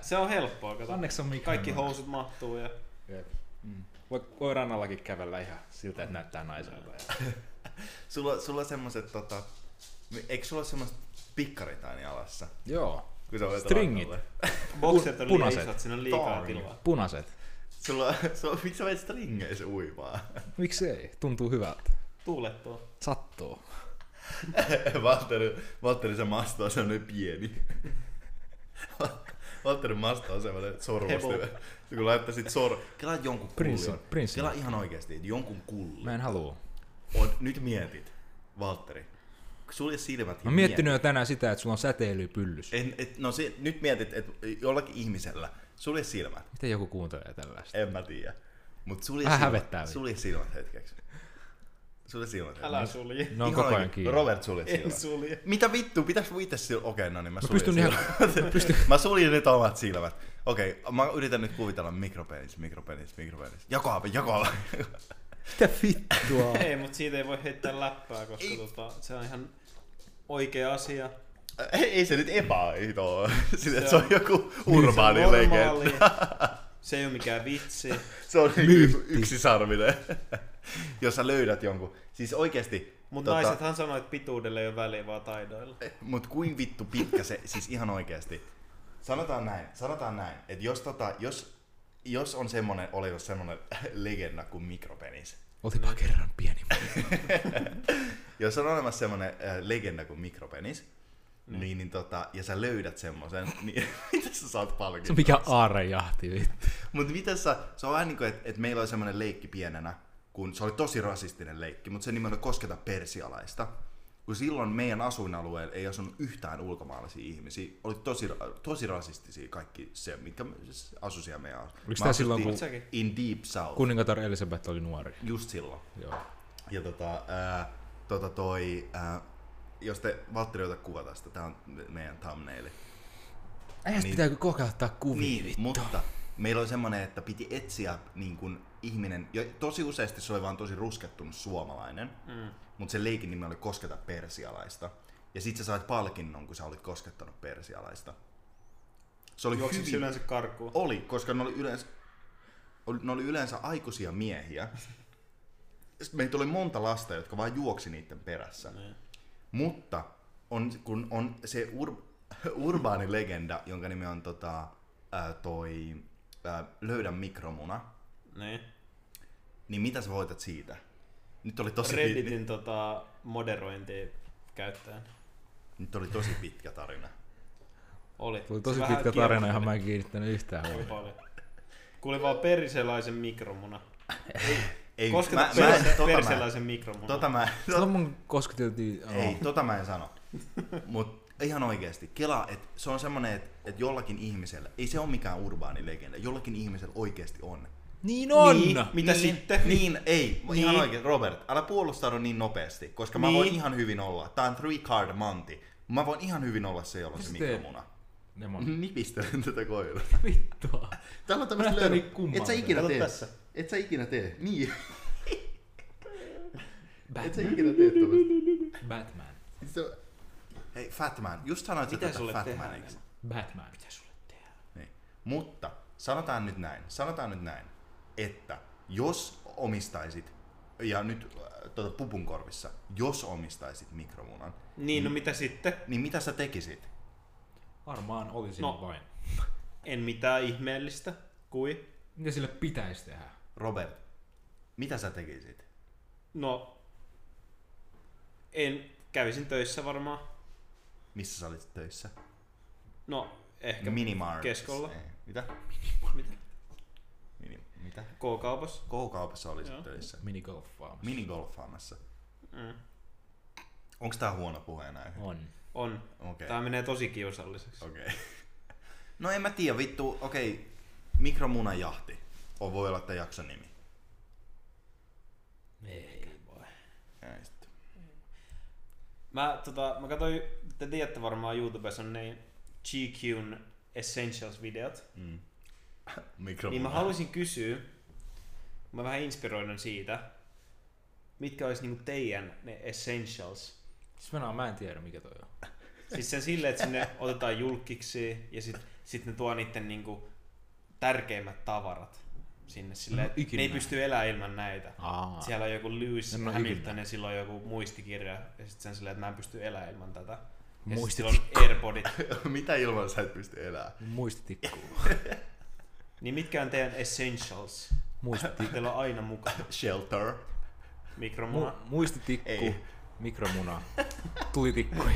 Se on helppoa, kato.
Onneksi on mikromona.
Kaikki housut mahtuu ja
Jep. Mm. Voi, voi rannallakin kävellä ihan siltä, että näyttää naiselta. Ja...
Sulla, sulla on semmoset tota... Eikö sulla ole semmoset pikkarit aina jalassa?
Joo.
Kun sä olet
Stringit.
rannalle?
bokset on liian
punaiset.
isot, siinä on liikaa
Tarn.
tilaa.
Punaiset.
Sulla, sulla, miksi sä menet stringeissä uimaan?
Miksei? Tuntuu hyvältä.
Tuulettua.
Sattuu.
Valtteri, Valtteri se masta on semmonen pieni. Valtteri masta on semmonen sormusti.
Hebo.
Se kun laittaa sit sor... Kela jonkun
Prinssi-
kulli.
prinssi.
Kela ihan oikeesti, että jonkun kulli.
Mä en halua.
On, nyt mietit, Valtteri. Sulje silmät ja
Mä oon miettinyt jo tänään sitä, että sulla on säteilypyllys.
En, et, no se, nyt mietit, että jollakin ihmisellä, sulje silmät.
Miten joku kuuntelee tällaista?
En mä tiedä. Mut sulje,
Vähän
silmät,
hävettää vielä.
sulje silmät hetkeksi. Sulje silmät
Älä
hetkeksi.
sulje.
Ne on
Ihan
koko ajan
oikein.
kiinni.
Robert sulje
En
silmät.
sulje.
Mitä vittu, pitäis mun itse sil... Okei, no niin, mä,
Mä
suljen
pystyn ihan...
silmät. Mä suljin nyt omat silmät. Okei, mä yritän nyt kuvitella mikropenis, mikropenis, mikropenis. Jakoava, jakoava.
Mitä vittua?
Ei, mut siitä ei voi heittää läppää, koska tota, se on ihan oikea asia.
Ei, ei se nyt epäaito ole. Sitä, se,
Se
se
Niin
on
on-
joku urbaani niin, se on legenda.
Se ei ole mikään vitsi.
Se on niinku yksisarvinen. Jos sä löydät jonkun. Siis oikeesti.
Mutta tota... naisethan sanoo, että pituudella ei ole väliä, vaan taidoilla.
Mut kuin vittu pitkä se, siis ihan oikeesti. Sanotaan näin, sanotaan näin, että jos, tota, jos, jos on semmonen oletus semmonen legenda kuin mikropenis.
Olipa kerran pieni.
Jos on olemassa semmonen äh, legenda kuin mikropenis, niin, niin, niin tota, ja sä löydät semmosen, niin mitä sä saat
Se
palkintoa?
on mikä aarejahti vittu.
Mutta mitä sä, se on vähän niin kuin, että et meillä oli semmoinen leikki pienenä, kun se oli tosi rasistinen leikki, mutta se nimellä kosketa persialaista. Kun silloin meidän asuinalueella ei asunut yhtään ulkomaalaisia ihmisiä, oli tosi, ra- tosi rasistisia kaikki se, mitkä siis asu siellä meidän asu.
Oliko
Me
tää silloin,
asuttiin
kun-
Säkin.
In Deep South, kun...
Kuningatar Elisabeth oli nuori.
just silloin.
Joo.
Ja tota, ää, tota toi, ää, jos te Valtteri ota kuva tästä, tää on meidän thumbnaili.
Äijät
Niin.
pitääkö kokauttaa kuvia
Niin, mutta meillä oli semmoinen, että piti etsiä niin kuin ihminen, ja tosi useasti se oli vaan tosi ruskettunut suomalainen, mm. mutta se leikin nimi oli Kosketa persialaista. Ja sit sä sait palkinnon, kun sä olit koskettanut persialaista. Se oli
Juoksitko
hyvin...
yleensä karkuun?
Oli, koska ne oli yleensä, oli- ne oli yleensä aikuisia miehiä. Sitten meitä oli monta lasta, jotka vaan juoksi niiden perässä.
Niin.
Ne. Mutta on, kun on se ur, urbaani legenda, jonka nimi on tota, ää, toi, ää, Löydä mikromuna,
Niin.
niin mitä sä voitat siitä? Nyt oli tosi, pit,
Redditin tota, moderointi käyttäen.
nyt oli tosi pitkä tarina.
Oli.
Tuli
Se
tosi
vähän
pitkä tarina,
kierteli.
johon mä en kiinnittänyt yhtään
Oli
huomiota.
paljon. Kuulin vaan perselaisen mikromuna.
Ei,
Koska
mä, mä,
perse,
tota mä,
perselaisen mikromuna.
tota mä,
Silloin mun kosketeltiin...
Ei,
Ei.
tota mä en sano. Mut ihan oikeesti, kela, että se on semmonen, että et jollakin ihmisellä, ei se ole mikään urbaani legenda, jollakin ihmisellä oikeesti on.
Niin on!
Niin, mitä
niin,
sitten?
Niin, ei, niin. ihan
Niin.
oikein, Robert, älä puolustaudu niin nopeasti, koska niin. mä
Niin.
voin ihan hyvin olla, tää on three card monty, mä voin ihan hyvin olla se, jolla on se
Miksi teet?
mikromuna.
Ne mä
Mhm. Nipistelen tätä koiraa.
vittua.
Täällä on tämmöistä
Mä näytän
löydy.
niin kummalta.
Et sä ikinä
Kato
tee.
tässä.
Et sä ikinä tee. Niin. Et sä ikinä tee tämmöistä.
Batman.
Se on- Hei, Fatman. Just sanoit sä
Mitä
tätä
sulle tehdään?
Fatmaniksi.
Batman. Mitä sulle tehdään?
Niin. Mutta sanotaan nyt näin, sanotaan nyt näin, että jos omistaisit, ja nyt äh, tuota pupunkorvissa, jos omistaisit mikromunan,
Niin, no mitä sitten?
niin mitä sä tekisit?
Varmaan olisin
No.
no. vain.
En mitään ihmeellistä. Kui?
Mitä sille pitäisi tehdä?
Robert, mitä sä tekisit?
No, en kävisin töissä varmaan.
Missä sä olisit töissä?
No, ehkä
Minimart.
keskolla.
Mitä?
Mitä?
Mini, mitä?
K-kaupassa.
K-kaupassa olisit
Joo.
töissä.
Minigolfaa.
Minigolfaamassa.
Mm.
Onks tää huono puheenaihe?
On.
On.
Okei.
Tää menee tosi kiusalliseksi.
Okei. No en mä tiedä, vittu, okei. Okay. Mikromunan jahti. O, voi olla tää jakson nimi.
Ei voi.
Ei
Niin
sit.
Mä, tota, mä katsoin, te tiedätte varmaan YouTubessa on ne GQn Essentials-videot.
No
Mikromuna.
Niin mä haluaisin kysyä, mä vähän inspiroidun siitä, mitkä olisi niinku teidän ne essentials?
Siis mä, mä en tiedä mikä toi on.
Siis sen silleen, että sinne otetaan julkiksi ja sit, sit ne tuo niitten niinku tärkeimmät tavarat sinne silleen,
En oo
että ne
No ikinä
ei
nähnyt.
pysty elämään ilman näitä.
Aa.
Siellä on joku Lewis
En oo
Hamilton
ikinä.
ja sillä on joku muistikirja ja sitten sen silleen, että mä en pysty elämään ilman tätä. Ja sit sillä
Muistitikku.
on Airpodit.
Mitä ilman sä et pysty elää?
Muistitikku.
Niin mitkä on teidän essentials?
Muistitikku.
Teillä on aina mukana
Shelter.
mikromuna.
Mu- muistitikku.
Ei.
Mikromuna. Tulitikkuja.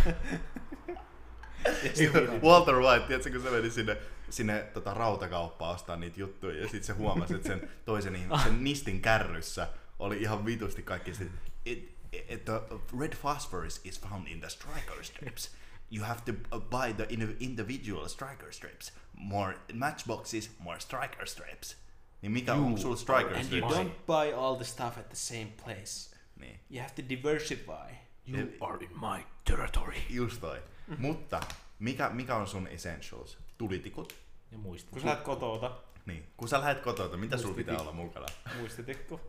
Walter White, tiedätkö, kun se meni sinne, sinne tota, rautakauppaan ostaa niitä juttuja, ja sitten se huomasi, että sen toisen ihmisen nistin kärryssä oli ihan vitusti kaikki sit, it, it, the red phosphorus is found in the striker strips. You have to uh, buy the in- individual striker strips. More matchboxes, more striker strips. Niin mikä on sulla striker
And you
strips?
don't buy all the stuff at the same place.
Niin.
You have to diversify.
You are in my territory.
Just toi. Mutta mikä, mikä on sun essentials? Tulitikut.
Ja
Kun
muistitikku.
sä lähdet kotouta,
Niin. Kun sä lähet kotoa, mitä sulla pitää olla mukana?
muistitikku.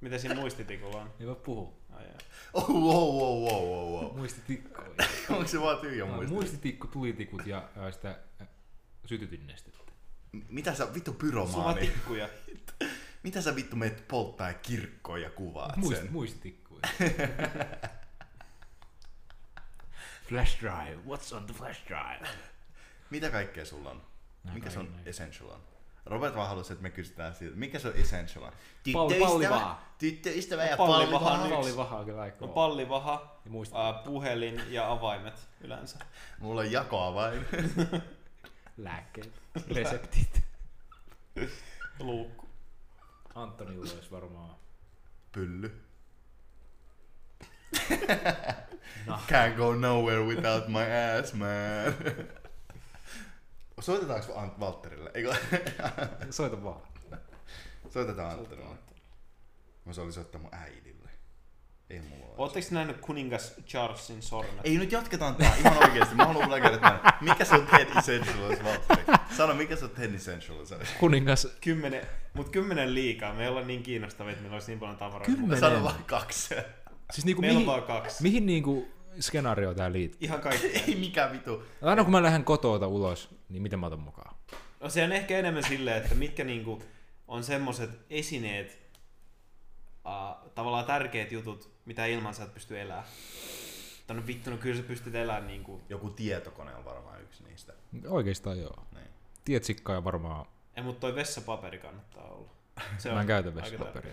Mitä siinä muistitikulla on?
Ei voi puhua.
Ai jaa.
Oh, wow, wow, wow, wow, wow.
Muistitikkoja.
Onko se vaan tyhjä muisti?
Muistitikku, tulitikut ja ää, sitä äh, ää, sytytinnestettä.
M- Mitä sä vittu
Sulla
pyromaani?
tikkuja.
Mitä sä vittu meet polttaa kirkkoon ja kuvaat
Muist,
sen?
muistitikkuja. flash drive. What's on the flash drive?
Mitä kaikkea sulla on?
Nää
Mikä se on
kaikki-
essential on? Robert vaan halusi, että me kysytään siitä. Mikä se on essential on?
pallivaha.
tyttöystävä ja
Pallivaha.
pallivaha.
Palli-
Palli vahaa kyllä aika
No
kova.
pallivaha,
Ja muistin.
ää, puhelin ja avaimet yleensä.
Mulla on jakoa vain.
Lääkkeet. Reseptit.
Luukku.
Antonilla olisi varmaan
Pylly.
Nah.
Can't go nowhere without my ass, man. Soitetaanko Ant- Valtterille? Eikö?
Soita vaan.
Soitetaan Antterille. Mä se oli soittaa mun äidille. Ei mulla ole.
Oletteko nähnyt kuningas Charlesin sormet?
Ei nyt jatketaan tää ihan oikeesti. Mä haluan kyllä käydä tän. Mikä se on Ted Essentials, Valtteri? Sano, mikä se on Ted Essentials?
Kuningas.
Kymmenen, mut kymmenen liikaa. Me ei olla niin kiinnostavia, että meillä olisi niin paljon tavaraa.
Kymmenen.
Sano vaan kaksi.
Siis niinku
Meillä on
mihin,
vaan kaksi.
mihin niinku skenaario tää liittyy?
Ihan kaikki.
Ei mikään vitu.
Aina kun mä lähden kotoota ulos, niin mitä mä otan mukaan?
No se on ehkä enemmän silleen, että mitkä niinku on semmoset esineet, uh, tavallaan tärkeät jutut, mitä ilman sä et pysty elää. Tai no vittu, no kyllä sä pystyt elämään niinku.
Joku tietokone on varmaan yksi niistä.
Oikeastaan joo.
Niin.
Tietsikkaa ja varmaan
Ei, mut toi vessapaperi kannattaa olla. Se
mä en käytä
aika
vessapaperia.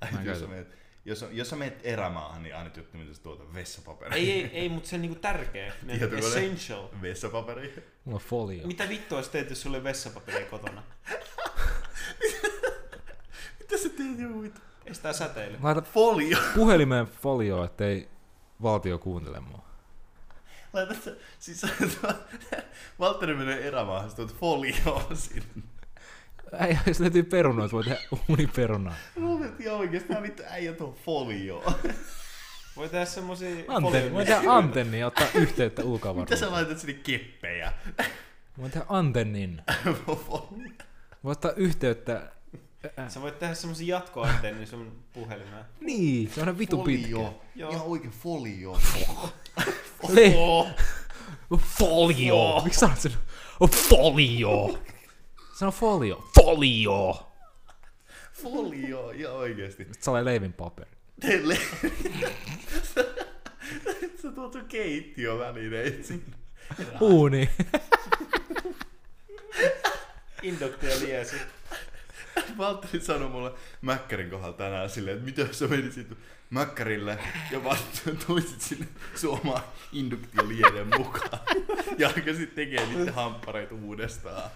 Ai,
Mä en
jos,
käytä.
sä meet, jos, jos sä meet erämaahan, niin aina juttu, mitä sä tuota vessapaperia.
Ei, ei, ei, mutta se on niinku tärkeä. Ne on
Tietokone.
Essential.
Vessapaperi.
Mulla on folio.
Mitä vittua sä teet, jos sulla ei ole vessapaperia kotona?
Mitä sä teet joku vittu?
Estää säteily.
Laita
Folio.
puhelimeen folioa, ettei valtio kuuntele mua.
Laita sä, siis sä, Valtteri menee erämaahan, sä tuot folioon sinne.
Ei, jos löytyy perunoita, voi tehdä uuniperunaa.
Luulet ihan oikeesti, nää vittu äijä tuon folioon.
Voi tehdä semmosia
Antenni, voi tehdä antenni ja ottaa
Mitä
yhteyttä
sä
ulkoavaruuteen.
laitat sinne keppejä?
Voi tehdä antennin. Voi ottaa yhteyttä.
Sä voit tehdä semmosen jatkoantennin sun puhelimeen.
Niin, se on vitu pitkä.
folio.
Joo.
Ihan oikein folio.
Le-
Oh.
Folio. Miksi sanot sen? Oh, Folio. Sano folio. Folio.
Folio, ihan oikeesti.
Sä olet leivin paperi.
Teille. Sä tuot sun keittiövälineet sinne.
Uuni.
Induktio liesi.
Valtteri sanoi mulle Mäkkärin kohdalla tänään silleen, että mitä jos sä menisit Mäkkärille ja vaan tulisit sinne suomaan induktiolieden mukaan. Ja alkaisit tekee niitä hamppareita uudestaan.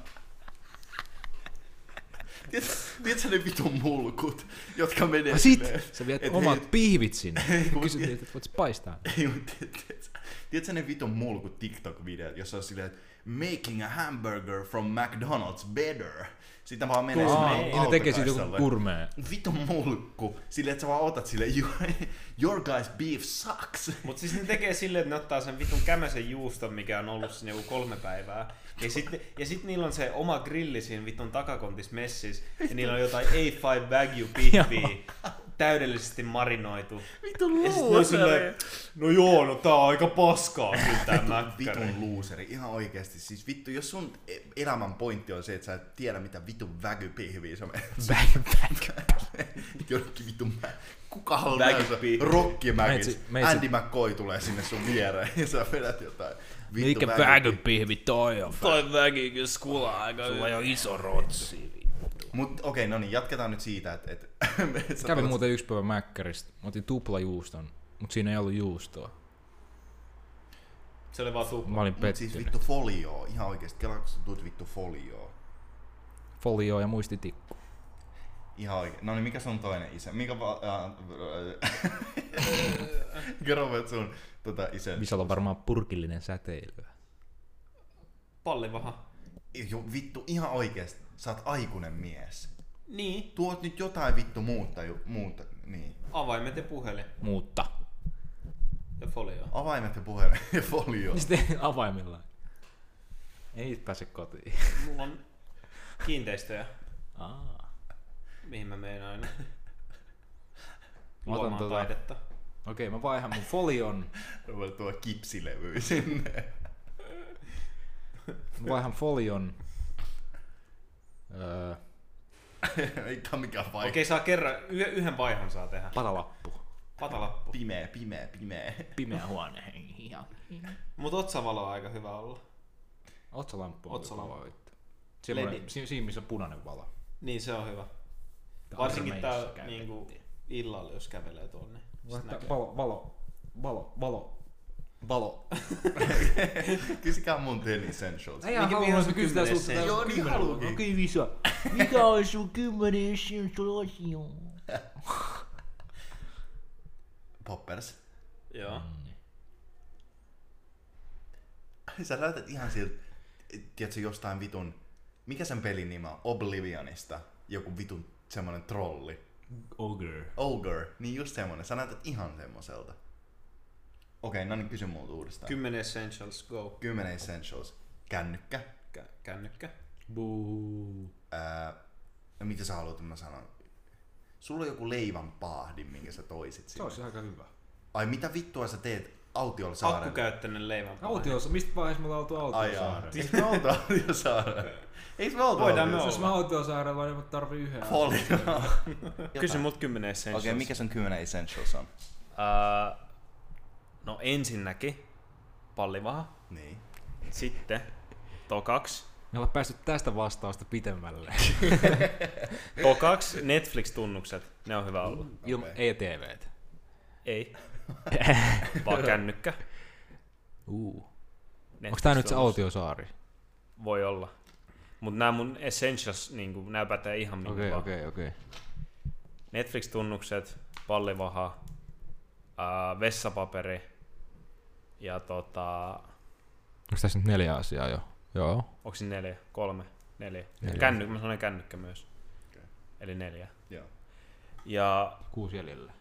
Tiedätkö, tiedätkö ne vitun mulkut, jotka menee
Ja sit
silleen,
sä viet
et
omat
hei-
pihvit sinne.
kun mä
Kysyt
tiedän-
niiltä, että voit paistaa.
Ei, mut tiedätkö- Tiedätkö ne vitun mulkut TikTok-videot, jossa on silleen, että making a hamburger from McDonald's better. Sitten vaan menee
Gourmet.
sinne
Aa, Niin, ne tekee siitä joku
autokaistalle.
kurmee.
Vitun mulkku. Silleen, että sä vaan otat sille, your, your guys beef sucks.
Mut siis ne tekee silleen, että ne ottaa sen vitun kämäsen juuston, mikä on ollut siinä joku kolme päivää. Ja sitten ja sit niillä on se oma grilli siinä vitun takakontis messis. Ja niillä on jotain A5 Wagyu pihviä täydellisesti marinoitu.
Vitun
Ja sit ne on silleen, no joo, no tää on aika paskaa kyllä tää mäkkäri.
Vitun luuseri, ihan oikeesti. Siis vittu, jos sun e- elämän pointti on se, että sä et tiedä mitä vitun väkypihviä sä menet. Jonnekin vitun mä... Kuka haluaa nähdä sä?
Väkypihvi.
Rokki
Meitsi-
Mäkis.
meitsi-
Andy McCoy tulee sinne sun viereen ja sä vedät jotain.
Mikä
väkypihvi.
vägöpihvi toi on?
Toi väkikin skulaa aika
Sulla ei ole iso rotsi.
Mut okei, no niin, jatketaan nyt siitä, että... Et, et sä
Kävin
tuot-
muuten yksi päivä mäkkäristä. Mä Otin tuplajuuston, mutta siinä ei ollut juustoa.
Se oli vaan tupla.
Mä olin
Mut siis
pettynyt.
vittu folio, ihan oikeesti. Kelaa, kun sä tuut vittu folioon.
Folio ja muistitikku.
Ihan oikein. No niin, mikä sun toinen isä? Mikä va... Äh, Kerro vaan sun tota, isä.
Visalla on varmaan purkillinen säteilyä.
Pallivaha.
Jo, vittu, ihan oikeesti. Sä oot aikuinen mies.
Niin,
Tuot nyt jotain vittu muuta. Ju, muuta. Niin.
avaimet ja puhelin
Muutta.
ja folio.
Avaimet ja puhelimen ja folio.
Niin sitten avaimillaan. Ei pääse kotiin.
Mulla on kiinteistöjä,
Aa.
mihin mä menen aina.
Mä otan
Luomaan
tota-
taidetta.
Okei, mä vaihan mun folion.
Voi tuo kipsilevy sinne.
Mä vaihan folion. Öö,
Ei tää mikään
Okei,
vaikea.
okay, saa kerran, yh- yhden vaihan saa tehdä.
patalappu.
Patalappu.
Pimeä, pimeä, pimeä.
Pimeä huone.
Mut otsavalo on aika hyvä olla.
Otsalamppu. on
Otsalamppu.
kova juttu. Semmoinen,
Ledi.
si- siinä missä on punainen valo.
Niin, se on hyvä.
Tää
Varsinkin
armeijassa
tää
käytettiin.
niinku illalla, jos kävelee tuonne. Sit
Laittaa
näkee.
valo, valo, valo, valo, valo.
Kysykää mun Ten Essentials.
Ei ihan
Mikä-
halua,
mihin
jos
on sun
me kysytään
kymmenen
sulta.
Joo, niin haluukin.
Okei, Visa. Mikä on sun kymmenen sensulaatio?
Poppers.
Joo.
Mm.
Sä näytät ihan siltä, tiedätkö jostain vitun, mikä sen pelin nimi on? Oblivionista. Joku vitun semmonen trolli.
Ogre.
Ogre. Niin just semmonen. Sä näytät ihan semmoselta. Okei, no niin kysy multa uudestaan. Ky-
Kymmenen essentials, go.
10 Essentials. Kännykkä.
Kä- kännykkä.
Buu.
Ää, no mitä sä haluat, että mä sanon? Sulla on joku leivän paahdin, minkä sä toisit
Se
sinne.
olisi aika hyvä.
Ai mitä vittua sä teet autiolla saarella?
Akkukäyttöinen leivänpaahde.
Autiossa, mistä vaiheessa me ollaan oltu
Ai jaa.
Autiosaarella?
Siis me oltu autiosaarella. Eikö me oltu
Voidaan me
autiosaarella?
olla.
Jos mä Autiosaarella olen, niin mä tarvii yhden.
Paljon.
Kysy mut kymmenen essentials.
Okei, okay, mikä sun 10 essentials on?
Öö, no ensinnäkin pallivaha,
Niin.
sitten tokaksi,
Me ollaan päästy tästä vastausta pitemmälle.
tokaksi Netflix-tunnukset, ne on hyvä olla.
Ilman
Okei.
ei TVtä.
Ei, vaan kännykkä.
Uu. Onko
Netflix-tunnus.
tää nyt se Autiosaari?
Voi olla. Mutta nämä mun essentials, niin nämä pätee ihan mihin
Okei,
vaan.
okei, okei.
Netflix-tunnukset, pallivaha, ää, vessapaperi ja tota,
Onko tässä nyt neljä asiaa jo? Joo.
onko siinä neljä, kolme, neljä.
Neljä.
neljä. Kännykkä, mä sanoin kännykkä myös.
Okei.
Okay. Eli neljä.
Joo.
Ja
Kuusi jäljellä.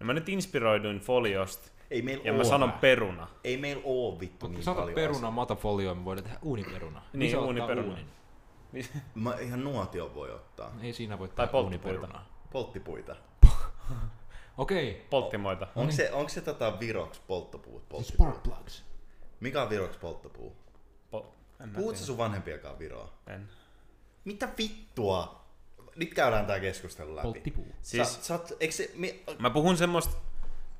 no mä nyt inspiroiduin foliosta
Ei meillä
ja
oo.
mä sanon peruna.
Niin
Ei meillä oo vittu niin
Sata
paljon
peruna, mä otan folioon, me voidaan tehdä uuniperuna.
Niin,
Isä ottaa
uuniperuna.
uunin.
asioita. Mä ihan nuotio voi ottaa.
Ei siinä voi
Tai
tehdä
polttopuita.
uuniperunaa.
Polttipuita.
Okei.
Polttimoita.
Onko se, onko se tota viroks polttopuut? Polttipuut.
plugs.
Mikä on viroks polttopuu?
Po- en mä
Puhut sä sun vanhempiakaan viroa?
tiedä. En.
Mitä vittua? Nyt käydään tää keskustelu läpi.
Polttipuu.
Siis...
Siis-
Sä, sä oot, eikö se, mi,
Mä puhun semmoista,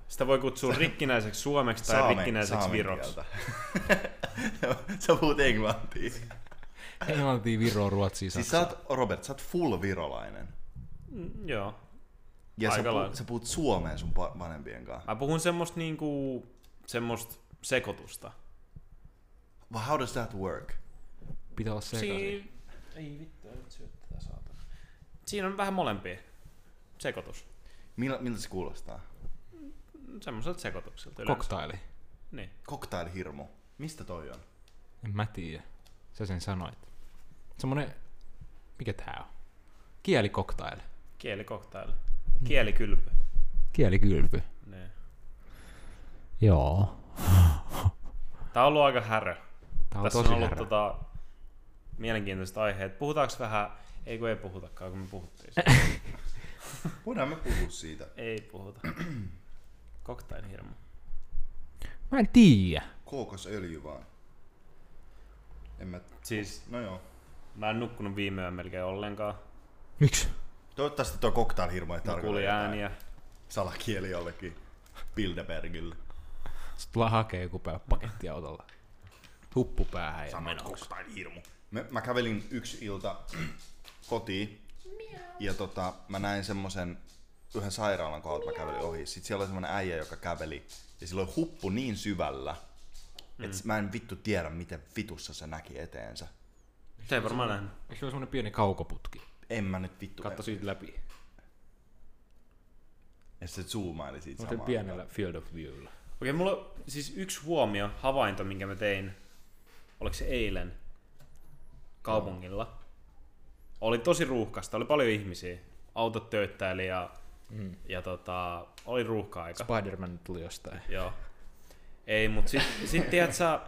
sitä voi kutsua rikkinäiseksi suomeksi tai
saamen-
rikkinäiseksi
saamen
viroksi.
kieltä. sä puhut englantia.
Englantiin, Viroon, Ruotsiin,
Siis
Saksaan.
sä oot, Robert, sä oot full virolainen.
Mm, Joo.
Ja sä,
Aika
pu,
lailla.
sä puhut suomeen sun pa- vanhempien kanssa.
Mä puhun semmoista niinku, semmoista sekoitusta.
Well, how does that work?
Pitää olla
siis
sekaisin.
Ei vittu, nyt syöttää tätä saatana. Siinä on vähän molempia. Sekoitus.
Mil, miltä se kuulostaa?
Semmoiselta sekoitukselta yleensä.
Koktaili.
Niin.
Cocktailhirmu. Mistä toi on?
En mä tiedä. Sä sen sanoit. Semmonen... Mikä tää on? Kielikoktaili.
Kielikoktaili. Kielikylpy.
Kielikylpy.
Niin.
Joo.
Tää on ollut aika härö.
Tää on
Tässä
tosi
on ollut
härä.
tota, mielenkiintoiset aiheet. Puhutaanko vähän, ei kun ei puhutakaan, kun me puhuttiin.
Voidaan me puhua siitä.
Ei puhuta. Koktain hirmu.
Mä en tiedä.
Kookosöljy vaan. En mä...
Siis
No joo.
mä en nukkunut viime yön melkein ollenkaan.
Miksi?
Toivottavasti toi cocktailhirmu ei
No
Mä
tarkoita
kuulin
jotain
ääniä.
Salakieli jollekin. Bilderbergille.
Sitten tullaan hakee joku päivä pakettia autolla. Huppu päähän ja menoksi.
Cocktailhirmu. Mä, mä kävelin yksi ilta kotiin. Ja tota, mä näin semmosen yhden sairaalan kohdalta mä kävelin ohi. Sitten siellä oli semmonen äijä, joka käveli. Ja silloin huppu niin syvällä,
Mm.
että mä en vittu tiedä, miten vitussa se näki eteensä.
Se ei varmaan nähnyt.
Eikö se ole semmonen pieni kaukoputki?
En mä nyt vittu.
Katso siitä läpi.
Ja se zoomaili siitä
On se
samaan.
pienellä field of viewllä.
Okei, mulla on siis yksi huomio, havainto, minkä mä tein, oliko se eilen, kaupungilla. Oli tosi ruuhkasta, oli paljon ihmisiä. Autot tööttäili ja, mm. ja tota, oli ruuhka-aika.
Spider-Man tuli jostain.
Joo. Ei, mut sit, sit tiedät sä,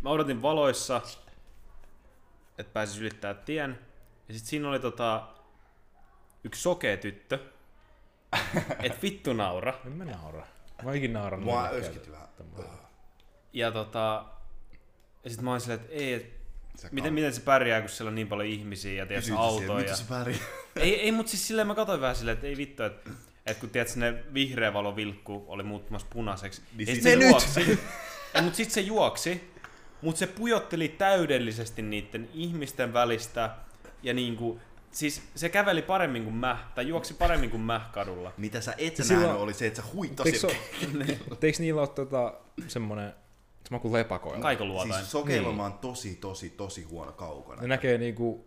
mä odotin valoissa, että pääsis ylittää tien. Ja sit siinä oli tota, yksi sokea tyttö, Et vittu naura.
En mä naura. Mä ikin nauran.
Mua
millekään.
öskytti vähän.
Ja tota... Ja sit mä oon silleen, että ei, et,
Se
miten, miten se pärjää, kun siellä on niin paljon ihmisiä ja tiedät,
Kysyin siihen,
autoja.
miten se pärjää.
Ei, ei mut siis silleen mä katsoin vähän silleen, että ei vittu, että et kun tiedät, ne vihreä valo vilkku oli muuttumassa punaiseksi.
Niin
ja sit
sit- Ne
se
nyt!
juoksi. ja, mut sit se juoksi, mut se pujotteli täydellisesti niiden ihmisten välistä ja niinku, siis se käveli paremmin kuin mä, tai juoksi paremmin kuin mä kadulla.
Mitä sä et
silloin-
nähnyt oli se, että sä huittasit.
Eiks oo- Eiks niillä oo tota semmonen, se maku lepakoilla?
Kaikon luotain.
Siis
Siis...
sokeilla mä oon tosi, tosi, tosi huono kaukana.
Ne näkee niinku,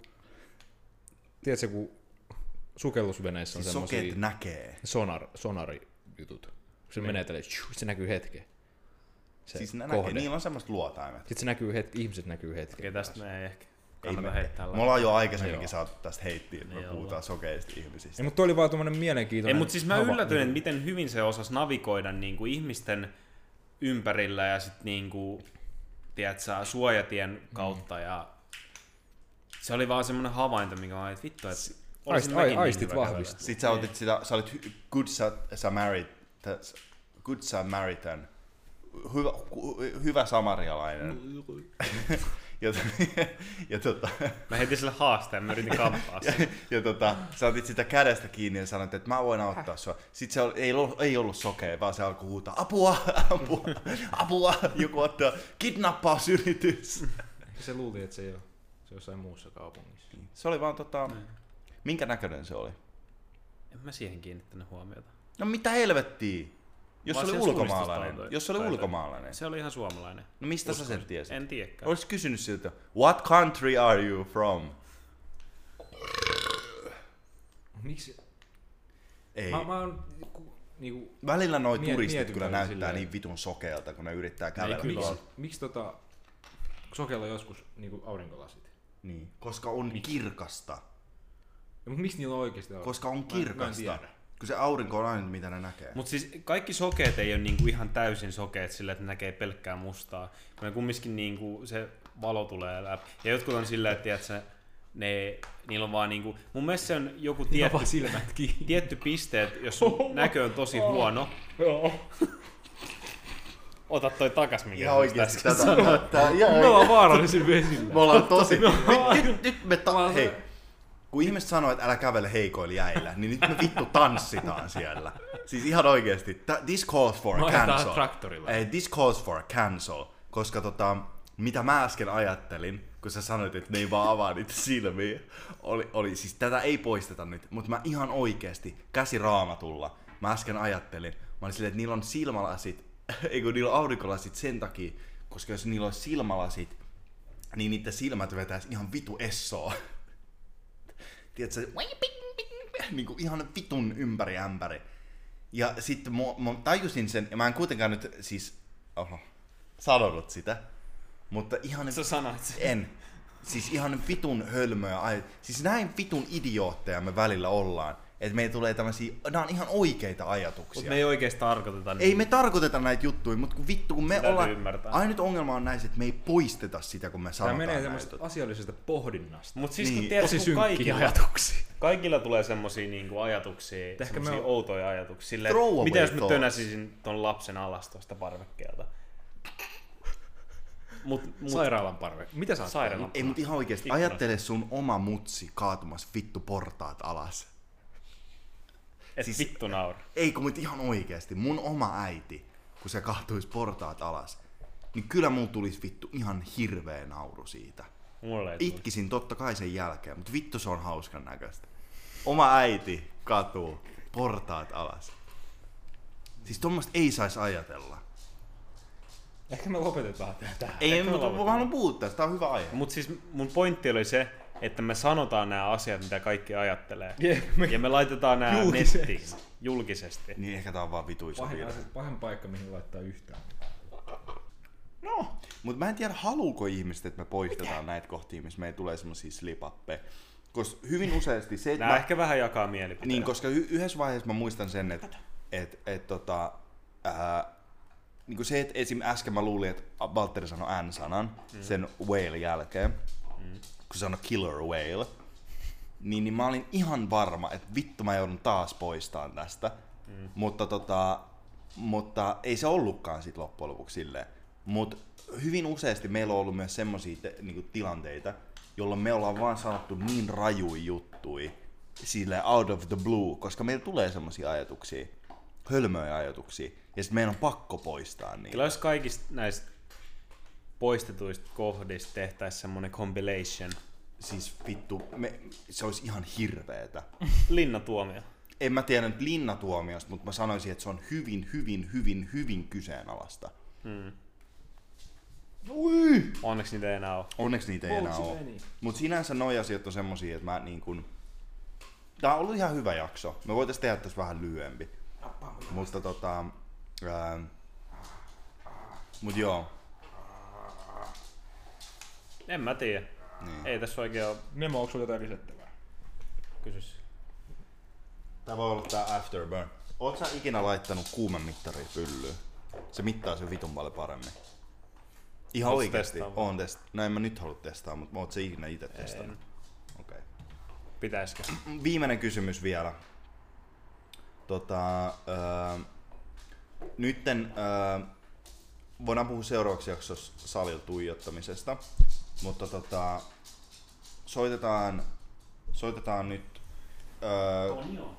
tiedätkö kun sukellusveneissä on
Siis
siis
sokeet
semmosia
näkee.
sonar, sonarijutut. Se niin. menee tälleen, shuu, se näkyy hetken. Se
Siis ne näkee,
kohde.
niillä on semmoiset luotaimet.
Sitten se näkyy hetki, ihmiset näkyy hetken.
Okei, tästä me ei ehkä
Ei
kannata
me-
heittää
Me
läpi. Niin
ollaan jo aikaisemminkin
Joo.
saatu tästä heittiä, että me puhutaan sokeista ihmisistä.
Ei, mutta toi oli vaan tommonen mielenkiintoinen.
Ei, mutta siis mä
hava- niinku-
yllätyin, että miten hyvin se osasi navigoida niin kuin ihmisten ympärillä ja sitten niin kuin, tiedätkö, suojatien
Mm.
kautta. Ja se oli vaan semmoinen havainto, mikä mä olin, että vittu, että olisin
Aist-
mäkin
ai- aistit
hyvä kävellä.
vahvistuu.
Sit sä otit sitä, sä olit hy- Good Sa- Samaritan, Good Samaritan, hyvä, ku- hyvä samarialainen. ja, t- ja, tota,
Mä heitin sille haasteen, mä yritin kampaa sen.
ja tota, sä otit sitä kädestä kiinni ja sanoit, että mä voin auttaa sua. Sitten se oli, ei, ollut, ei ollut sokea, vaan se alkoi huutaa, apua, apua, apua, joku ottaa kidnappausyritys.
Niin.
Se luuli, että se ei ole. Se on jossain muussa kaupungissa.
Se oli vaan tota, minkä näköinen se oli?
En mä siihen kiinnittänyt huomiota.
No mitä helvettiä? Jos
Vaan
se oli
siellä
ulkomaalainen.
suunnistustaitoja.
Jos se oli ulkomaalainen.
Se oli ihan suomalainen.
No mistä sä sen tiesit?
En tiedäkään.
Olis kysynyt siltä, what country are you from?
Miksi?
Ei.
Mä, mä oon ku- niinku...
Välillä noi
Mie-
turistit
mietin
kyllä
välillä
näyttää
silleen.
niin vitun sokeelta, kun ne yrittää kävellä.
Miksi,
tuolla.
miksi tota... Sokeilla on joskus niinku aurinkolasit.
Niin. Koska on kirkasta.
Ja, mut miksi niillä on oikeesti aurinko?
Koska on kirkasta.
tiedä.
kun se aurinko on aina mitä ne näkee.
Mutta siis kaikki sokeet ei ole niinku ihan täysin sokeet sillä, että näkee pelkkää mustaa. Kun ne kumminkin niinku se valo tulee läpi. Ja jotkut on sillä, että tiedätkö, ne, niillä on vaan niinku, mun mielestä se on joku tietty,
Vaan silmät kiinni.
tietty piste, että jos sun näkö on tosi huono, ota toi takas, minkä
Ihan
sä
oikeesti
äsken
tätä.
sanoit.
tää- tää- ihan
No,
Me ollaan
oikeesti.
vaarallisilla vesillä.
Me ollaan tosi... Nyt, nyt, nyt me ta- Hei. Kun ihmiset sanoo, että älä kävele heikoilla jäillä, niin nyt me vittu tanssitaan siellä. Siis ihan oikeesti. Tha- This calls for
Me
a
ajetaan
cancel.
traktorilla.
Ei, this calls for a cancel. Koska tota, mitä mä äsken ajattelin, kun sä sanoit, että ne ei vaan avaa niitä silmiä, oli, oli siis tätä ei poisteta nyt, mutta mä ihan oikeesti, käsi raamatulla, mä äsken ajattelin, mä olin silleen, että niillä on silmälasit, ei kun niillä on aurinkolasit sen takia, koska jos niillä olisi silmälasit, niin niiden silmät vetäisi ihan vitu essoa. Tiedätkö, niin kuin ihan vitun ympäri ämpäri. Ja sitten mä, mä tajusin sen, ja mä en kuitenkaan nyt siis oho, sanonut sitä, mutta ihan...
Sä sanoit sen.
En. Siis ihan vitun hölmöä. Ai, siis näin vitun idiootteja me välillä ollaan. Että meillä tulee tämmösiä, nää on ihan oikeita ajatuksia.
Mut me ei oikeesti tarkoiteta
Ei me tarkoiteta näitä juttuja, mutta kun vittu kun me
täytyy
ollaan...
ymmärtää.
Ainut ongelma on näissä, että me ei poisteta sitä, kun me
Tää
sanotaan
menee
näitä
semmoista
juttuja.
asiallisesta pohdinnasta.
Mut siis
Niin,
kun tiedät,
tosi
kun
synkkiä
kaikilla,
ajatuksia.
kaikilla tulee semmosia niinku ajatuksia,
ehkä
semmosia
me-
outoja ajatuksia. Silleen,
Throw away
mitä jos mä
thoughts.
tönäsisin ton lapsen alas tuosta parvekkeelta? Mut, mut
Sairaalan parve. Mitä sä oot?
sairaala.
Ei, mutta ihan oikeesti.
Ikkunasta.
Ajattele sun oma mutsi kaatumassa vittu portaat alas.
Et
Siis-
siis... vittu naura.
Ei kun mut ihan oikeesti, mun oma äiti, kun se kahtuisi portaat alas, niin kyllä mun tulisi vittu ihan hirveä nauru siitä.
Mulle ei tule.
Itkisin totta kai sen jälkeen, mutta vittu se on hauskan näköistä. Oma äiti katuu, portaat alas. Siis tuommoista ei saisi ajatella.
Ehkä me lopetetaan tää.
Ei, mutta mä haluan puhua tästä, tää on hyvä aihe.
Mut siis mun pointti oli se, että me sanotaan nämä asiat, mitä kaikki ajattelee. Yeah, me... Ja me laitetaan nämä
Julkisesti.
nettiin. Julkisesti.
Niin ehkä tää on vaan vitu iso
Pahin,
virhe.
asia- pahin paikka, mihin laittaa yhtään.
No, mutta mä en tiedä, haluuko ihmiset, että me poistetaan näitä kohtia, missä meillä tulee semmoisia slipappeja. Koska hyvin useasti se, että
Nämä
mä-
ehkä vähän jakaa mielipiteitä.
Niin, koska y- yhdessä vaiheessa mä muistan sen, että et, et, tota, ää, niin kuin se, että esim. äsken mä luulin, että Valtteri sanoi N-sanan mm. sen whale jälkeen, mm. kun sanoi killer whale. niin, niin mä olin ihan varma, että vittu mä joudun taas poistaan tästä. Mm. Mutta, tota, mutta ei se ollutkaan sit loppujen lopuksi silleen. Mutta hyvin useasti meillä on ollut myös semmoisia niinku, tilanteita, jolloin me ollaan vaan sanottu niin rajui juttui sille out of the blue, koska meillä tulee semmoisia ajatuksia, hölmöjä ajatuksia, ja sitten meidän on pakko poistaa niitä.
Kyllä jos kaikista näistä poistetuista kohdista tehtäisiin semmonen compilation.
Siis vittu, me, se olisi ihan hirveetä.
Linnatuomio.
En mä tiedä nyt linnatuomiosta, mutta mä sanoisin, että se on hyvin, hyvin, hyvin, hyvin kyseenalaista.
Onneksi niitä ei enää ole.
Onneksi niitä ei enää ole. Mutta sinänsä noi asiat on semmosia, että mä niin kun... Tää on ollut ihan hyvä jakso. Me voitais tehdä tässä vähän lyhyempi. Mutta tota... Ää... Mut joo.
En mä tiedä.
Niin.
Ei tässä oikein ole
Nemo, onko sulla jotain lisättävää?
kysys.
Tää voi olla tää afterburn. Oot sä ikinä laittanut kuumemittaria pyllyyn? Se mittaa sen vitun paljon paremmin. Ihan
Oots
oikeesti.
testaavaa?
Oon test... No en mä nyt halua testaa, mutta oot se ikinä itse testannut. Okei.
Pitäisikö?
viimeinen kysymys vielä. Tota, öö, nytten öö, voidaan puhua seuraavaksi jaksossa salilla tuijottamisesta, mutta tota, soitetaan, soitetaan nyt öö,
On joo.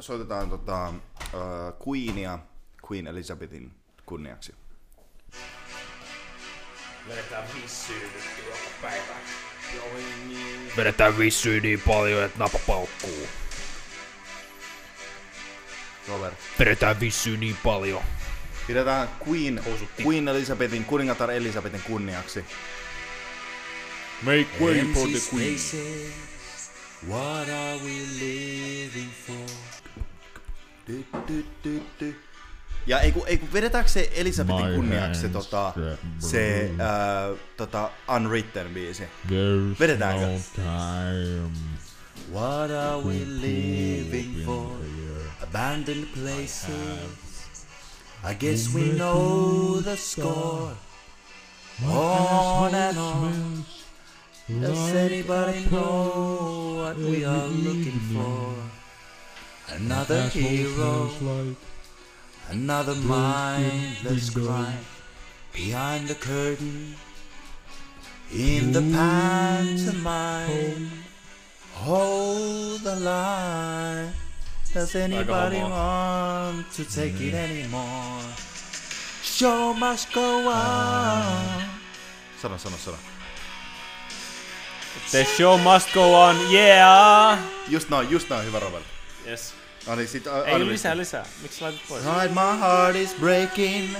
soitetaan tota, öö, Queenia Queen Elizabethin kunniaksi.
Vedetään vissyyn niin paljon, että napa paukkuu.
Robert.
Vedetään vissyyn niin paljon.
Pidetään Queen, Queen Elizabethin, kuningatar Elisabetin kunniaksi.
Make way for the queen.
Du, du, du, du. Ja ei kun, ei kun vedetäänkö se Elisabetin kunniaksi se, tota, se ää, tota, Unwritten biisi? Vedetäänkö? What are we living for? Abandoned places. I guess we know the score. On and on. Does anybody know what we are looking for? Another hero. Another mindless crime behind the curtain in the pantomime. Hold the line. Does anybody want to take it anymore? Show must go on. Sano, sano, sano.
The show must go on, yeah!
Just noin, just noin, hyvä Robert.
Yes.
No niin, sit
Ei lisää lisää. Miksi laitat pois?
Tonight my heart is breaking.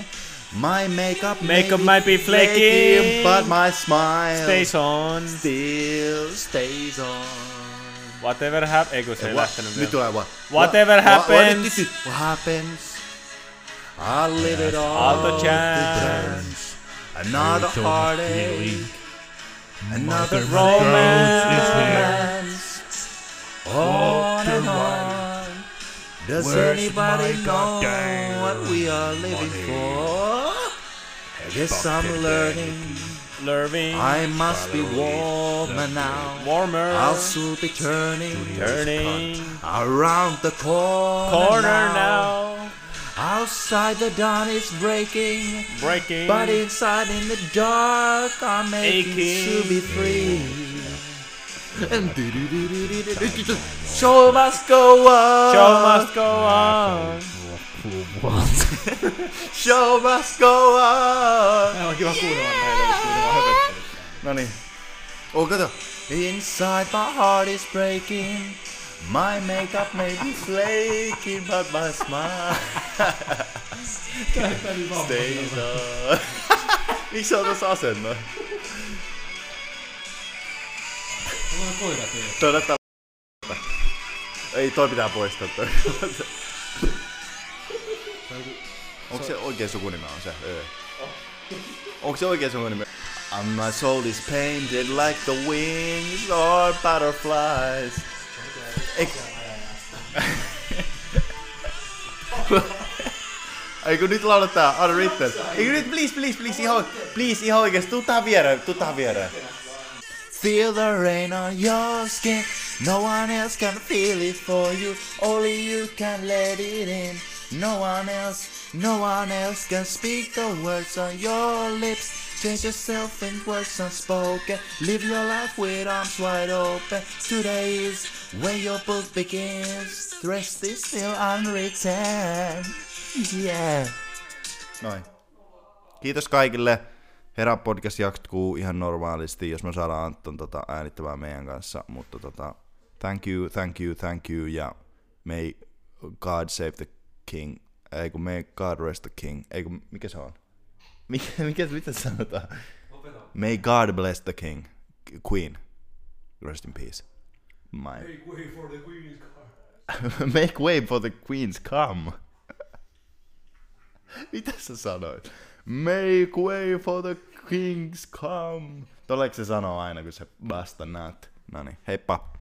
My makeup,
Makeup might be flaking.
but my smile
Stays on.
still stays on.
Whatever hap... Ei kun se ei
Wha-
lähtenyt
Nyt
vielä.
tulee what?
Whatever
Wha- wha- what-
happens.
what- What happens? I'll live it all
All the
to
chance.
dance. Another heartache. Another romance. On and on. Does anybody know what we are living for? I guess I'm learning.
Lurving.
I must be warmer now.
Warmer.
I'll soon be turning.
Turning.
Around the corner,
Corner
now.
now.
Outside the dawn is breaking,
Breaking.
but inside in the dark I'm aching
Aching.
to be free. And do-do-do-do-do-do-do-do-do. Show must go on.
Show must go on.
Show must go on.
Tämä on kiva kuunnella näitä, jos kuunnella höpöttelyä.
No niin. Oh, kato. Inside my heart is breaking. My makeup may be flaking, but my smile stays on. Miksi se on tässä asennoin? Toi näyttää Ei, toi pitää poistaa toi. Onko se oikea sukunimi on se? Öö. Onko se oikea sukunimi? And my soul is painted like the wings or butterflies. Eik- Ei kun nyt lauletaan Unwritten. Eikö nyt please, please, please, ihan, please, ihan oikeesti, tuu tähän viereen, tuu tähän viereen. Feel the rain on your skin. No one else can feel it for you. Only you can let it in. No one else, no one else can speak the words on your lips. Change yourself in words unspoken. Live your life with arms wide open. Today is where your book begins. The rest is still unwritten. Yeah. Noin. Kiitos kaikille. Herra podcast jatkuu ihan normaalisti, jos me saadaan Anton tota, äänittämään meidän kanssa, mutta tota, thank you, thank you, thank you, ja may God save the king, ei kun may God rest the king, ei kun, mikä se on? Mikä, mikä, mitä se sanotaan? May God bless the king, queen, rest in peace. My. Make way for the queen's come. Mitä sä sanoit? Make way for the king's come. Tolleks se sanoo aina, kun se vasta näet. Noniin, heippa.